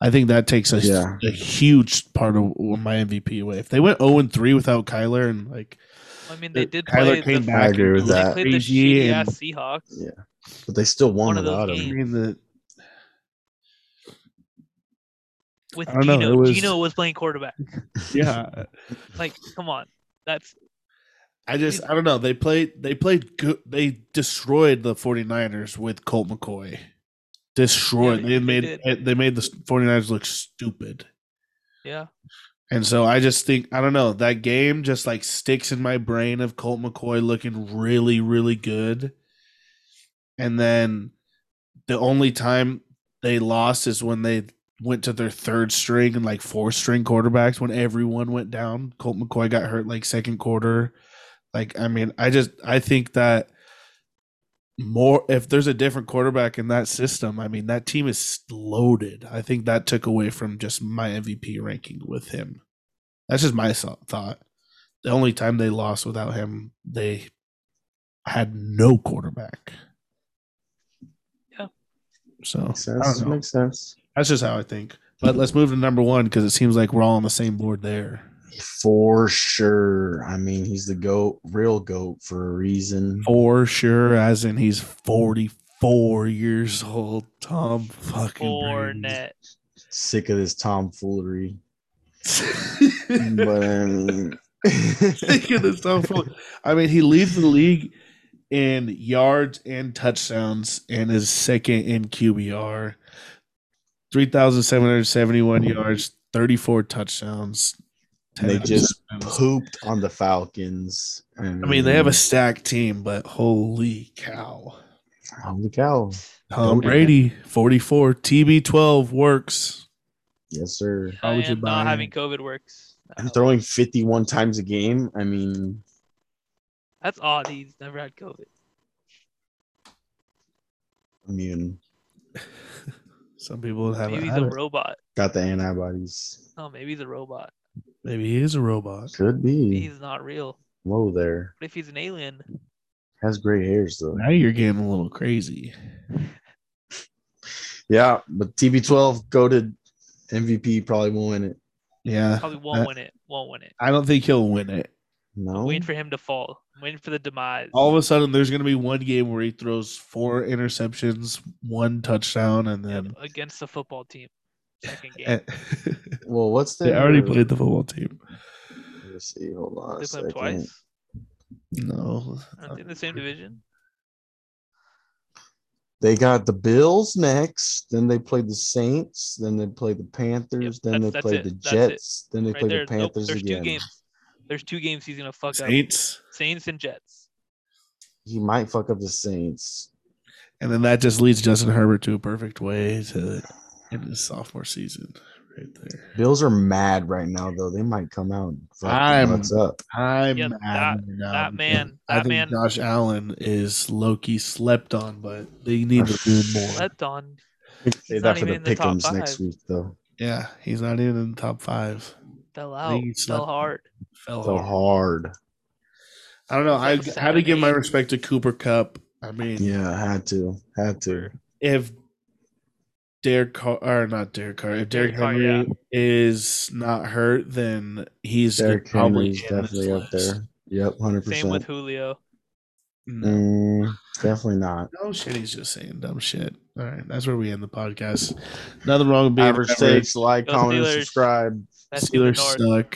Speaker 1: I think that takes a,
Speaker 2: Yeah.
Speaker 1: a huge part of my MVP away. If they went zero and three without Kyler and like
Speaker 3: I mean, they did
Speaker 1: Kyler
Speaker 3: play
Speaker 1: came
Speaker 3: the,
Speaker 1: back,
Speaker 2: I agree with
Speaker 3: they
Speaker 2: that.
Speaker 3: played the
Speaker 1: Brady
Speaker 3: shitty
Speaker 1: and-
Speaker 3: ass Seahawks.
Speaker 2: Yeah. but they still won
Speaker 3: One of those
Speaker 2: without
Speaker 1: I
Speaker 2: him.
Speaker 3: games.
Speaker 1: mean the
Speaker 3: With
Speaker 1: I don't know,
Speaker 3: Gino,
Speaker 1: it was-
Speaker 3: Gino was playing quarterback.
Speaker 1: yeah,
Speaker 3: Like, come on, that's
Speaker 1: I just I don't know. They played they played good. They destroyed the 49ers with Colt McCoy. Destroyed.
Speaker 3: Yeah,
Speaker 1: they
Speaker 3: they
Speaker 1: made they made the 49ers look stupid.
Speaker 3: yeah.
Speaker 1: And so I just think I don't know that game just like sticks in my brain of Colt McCoy looking really really good, and then the only time they lost is when they went to their third string and like fourth string quarterbacks when everyone went down. Colt McCoy got hurt like second quarter. Like I mean I just I think that more if there's a different quarterback in that system, I mean that team is loaded. I think that took away from just my MVP ranking with him. That's just my so- thought. The only time they lost without him, they had no quarterback.
Speaker 3: Yeah.
Speaker 1: So
Speaker 2: Makes
Speaker 1: I
Speaker 2: sense.
Speaker 1: don't know.
Speaker 2: Makes sense.
Speaker 1: that's just how I think. But let's move to number one because it seems like we're all on the same board there.
Speaker 2: For sure. I mean, he's the goat, real goat for a reason.
Speaker 1: For sure, as in he's forty-four years old. Tom fucking Brady.
Speaker 3: Fournette.
Speaker 2: Sick of this tomfoolery. But I mean,
Speaker 1: Thinking this Tom Ford. I mean, he leads the league in yards and touchdowns and is second in QBR. 3,771 yards, 34 touchdowns.
Speaker 2: They
Speaker 1: 10
Speaker 2: just
Speaker 1: interceptions.
Speaker 2: pooped on the Falcons. I
Speaker 1: I mean, they have a stack team, but holy cow.
Speaker 2: holy cow.
Speaker 1: Tom
Speaker 2: Okay.
Speaker 1: Brady, 44, TB12 works.
Speaker 2: Yes, sir.
Speaker 1: How
Speaker 3: I
Speaker 1: would you
Speaker 3: am
Speaker 1: buy
Speaker 3: not having
Speaker 1: him?
Speaker 3: COVID works.
Speaker 1: Uh,
Speaker 2: I'm throwing 51 times a game. I mean,
Speaker 3: That's odd. He's never had COVID.
Speaker 2: immune.
Speaker 1: Some people have
Speaker 3: Maybe
Speaker 1: maybe,
Speaker 3: he's a robot.
Speaker 2: Got the antibodies.
Speaker 3: No, maybe he's a robot.
Speaker 1: maybe he is a robot.
Speaker 2: Could
Speaker 1: Mm.
Speaker 3: Maybe
Speaker 2: be.
Speaker 3: he's not real.
Speaker 2: Whoa there.
Speaker 3: What if he's an alien?
Speaker 2: Has gray hairs, though.
Speaker 1: Now you're getting a little crazy.
Speaker 2: Yeah, but TB12 goaded MVP probably won't win it.
Speaker 1: Yeah.
Speaker 3: Probably won't
Speaker 1: Uh,
Speaker 3: win it. Won't win it.
Speaker 1: I don't think he'll win it.
Speaker 2: No.
Speaker 3: Waiting for him to fall. Waiting for the demise.
Speaker 2: Oh,
Speaker 1: all of a sudden there's going to be one game where he throws four interceptions, one touchdown, and
Speaker 3: Yep,
Speaker 1: then
Speaker 3: against the football team. Second game.
Speaker 2: Well, what's the?
Speaker 1: they already played the football team.
Speaker 2: Let me see. Hold on.
Speaker 3: They
Speaker 2: a second.
Speaker 3: play him twice.
Speaker 1: No,
Speaker 3: Aren't they in the same division?
Speaker 2: They got the Bills next. Then they played the Saints. Then they played the Panthers. then
Speaker 3: that's-
Speaker 2: they
Speaker 3: that's
Speaker 2: played
Speaker 3: it,
Speaker 2: the
Speaker 3: that's it.
Speaker 2: Jets. Then they
Speaker 3: Right
Speaker 2: played
Speaker 3: there.
Speaker 2: the
Speaker 3: Nope,
Speaker 2: Panthers
Speaker 3: there's
Speaker 2: again.
Speaker 3: two games. There's two games he's gonna fuck up.
Speaker 1: Saints,
Speaker 3: Saints and Jets.
Speaker 2: He might fuck up the Saints.
Speaker 1: and then that just leads Justin Herbert to a perfect way to end his sophomore season, right there.
Speaker 2: Bills are mad right now though. They might come out. and fuck
Speaker 1: I'm-
Speaker 2: What's up?
Speaker 1: I'm
Speaker 3: Yeah,
Speaker 1: mad
Speaker 3: that-
Speaker 1: right now
Speaker 3: that
Speaker 1: because
Speaker 3: man-
Speaker 1: I
Speaker 3: that
Speaker 1: think
Speaker 3: man-
Speaker 1: Josh Allen is Loki slept on, but they need to do more.
Speaker 3: Slept on.
Speaker 2: Save
Speaker 3: not
Speaker 2: that for the
Speaker 3: even in the top
Speaker 2: Pickums next
Speaker 3: five.
Speaker 2: week though.
Speaker 1: Yeah, he's not even in the top five.
Speaker 3: Fell out.
Speaker 1: he
Speaker 3: Fell
Speaker 1: slept-
Speaker 3: hard.
Speaker 1: Fell
Speaker 2: So
Speaker 1: hard.
Speaker 2: hard.
Speaker 1: I don't know. I
Speaker 3: It's like
Speaker 1: had to give my
Speaker 3: Saturday.
Speaker 1: respect to Cooper Cup. I mean,
Speaker 2: Yeah, had to. Had to.
Speaker 1: if Derek Carr or not Derek Carr, if Derek
Speaker 3: Derek Carr,
Speaker 1: Henry is not hurt, then he's
Speaker 2: Derrick
Speaker 1: probably
Speaker 2: Henry's
Speaker 1: in this
Speaker 2: definitely up
Speaker 1: list.
Speaker 2: there. Yep, hundred
Speaker 3: Same with
Speaker 2: percent.
Speaker 3: Julio.
Speaker 1: No,
Speaker 2: Mm, definitely not.
Speaker 1: no shit, he's just saying dumb shit. All right, that's where we end the podcast. Nothing wrong with being
Speaker 2: Average takes, like,
Speaker 3: Go
Speaker 2: comment, and
Speaker 3: Steelers.
Speaker 2: subscribe.
Speaker 3: That's the
Speaker 1: Steelers
Speaker 3: North.
Speaker 1: suck.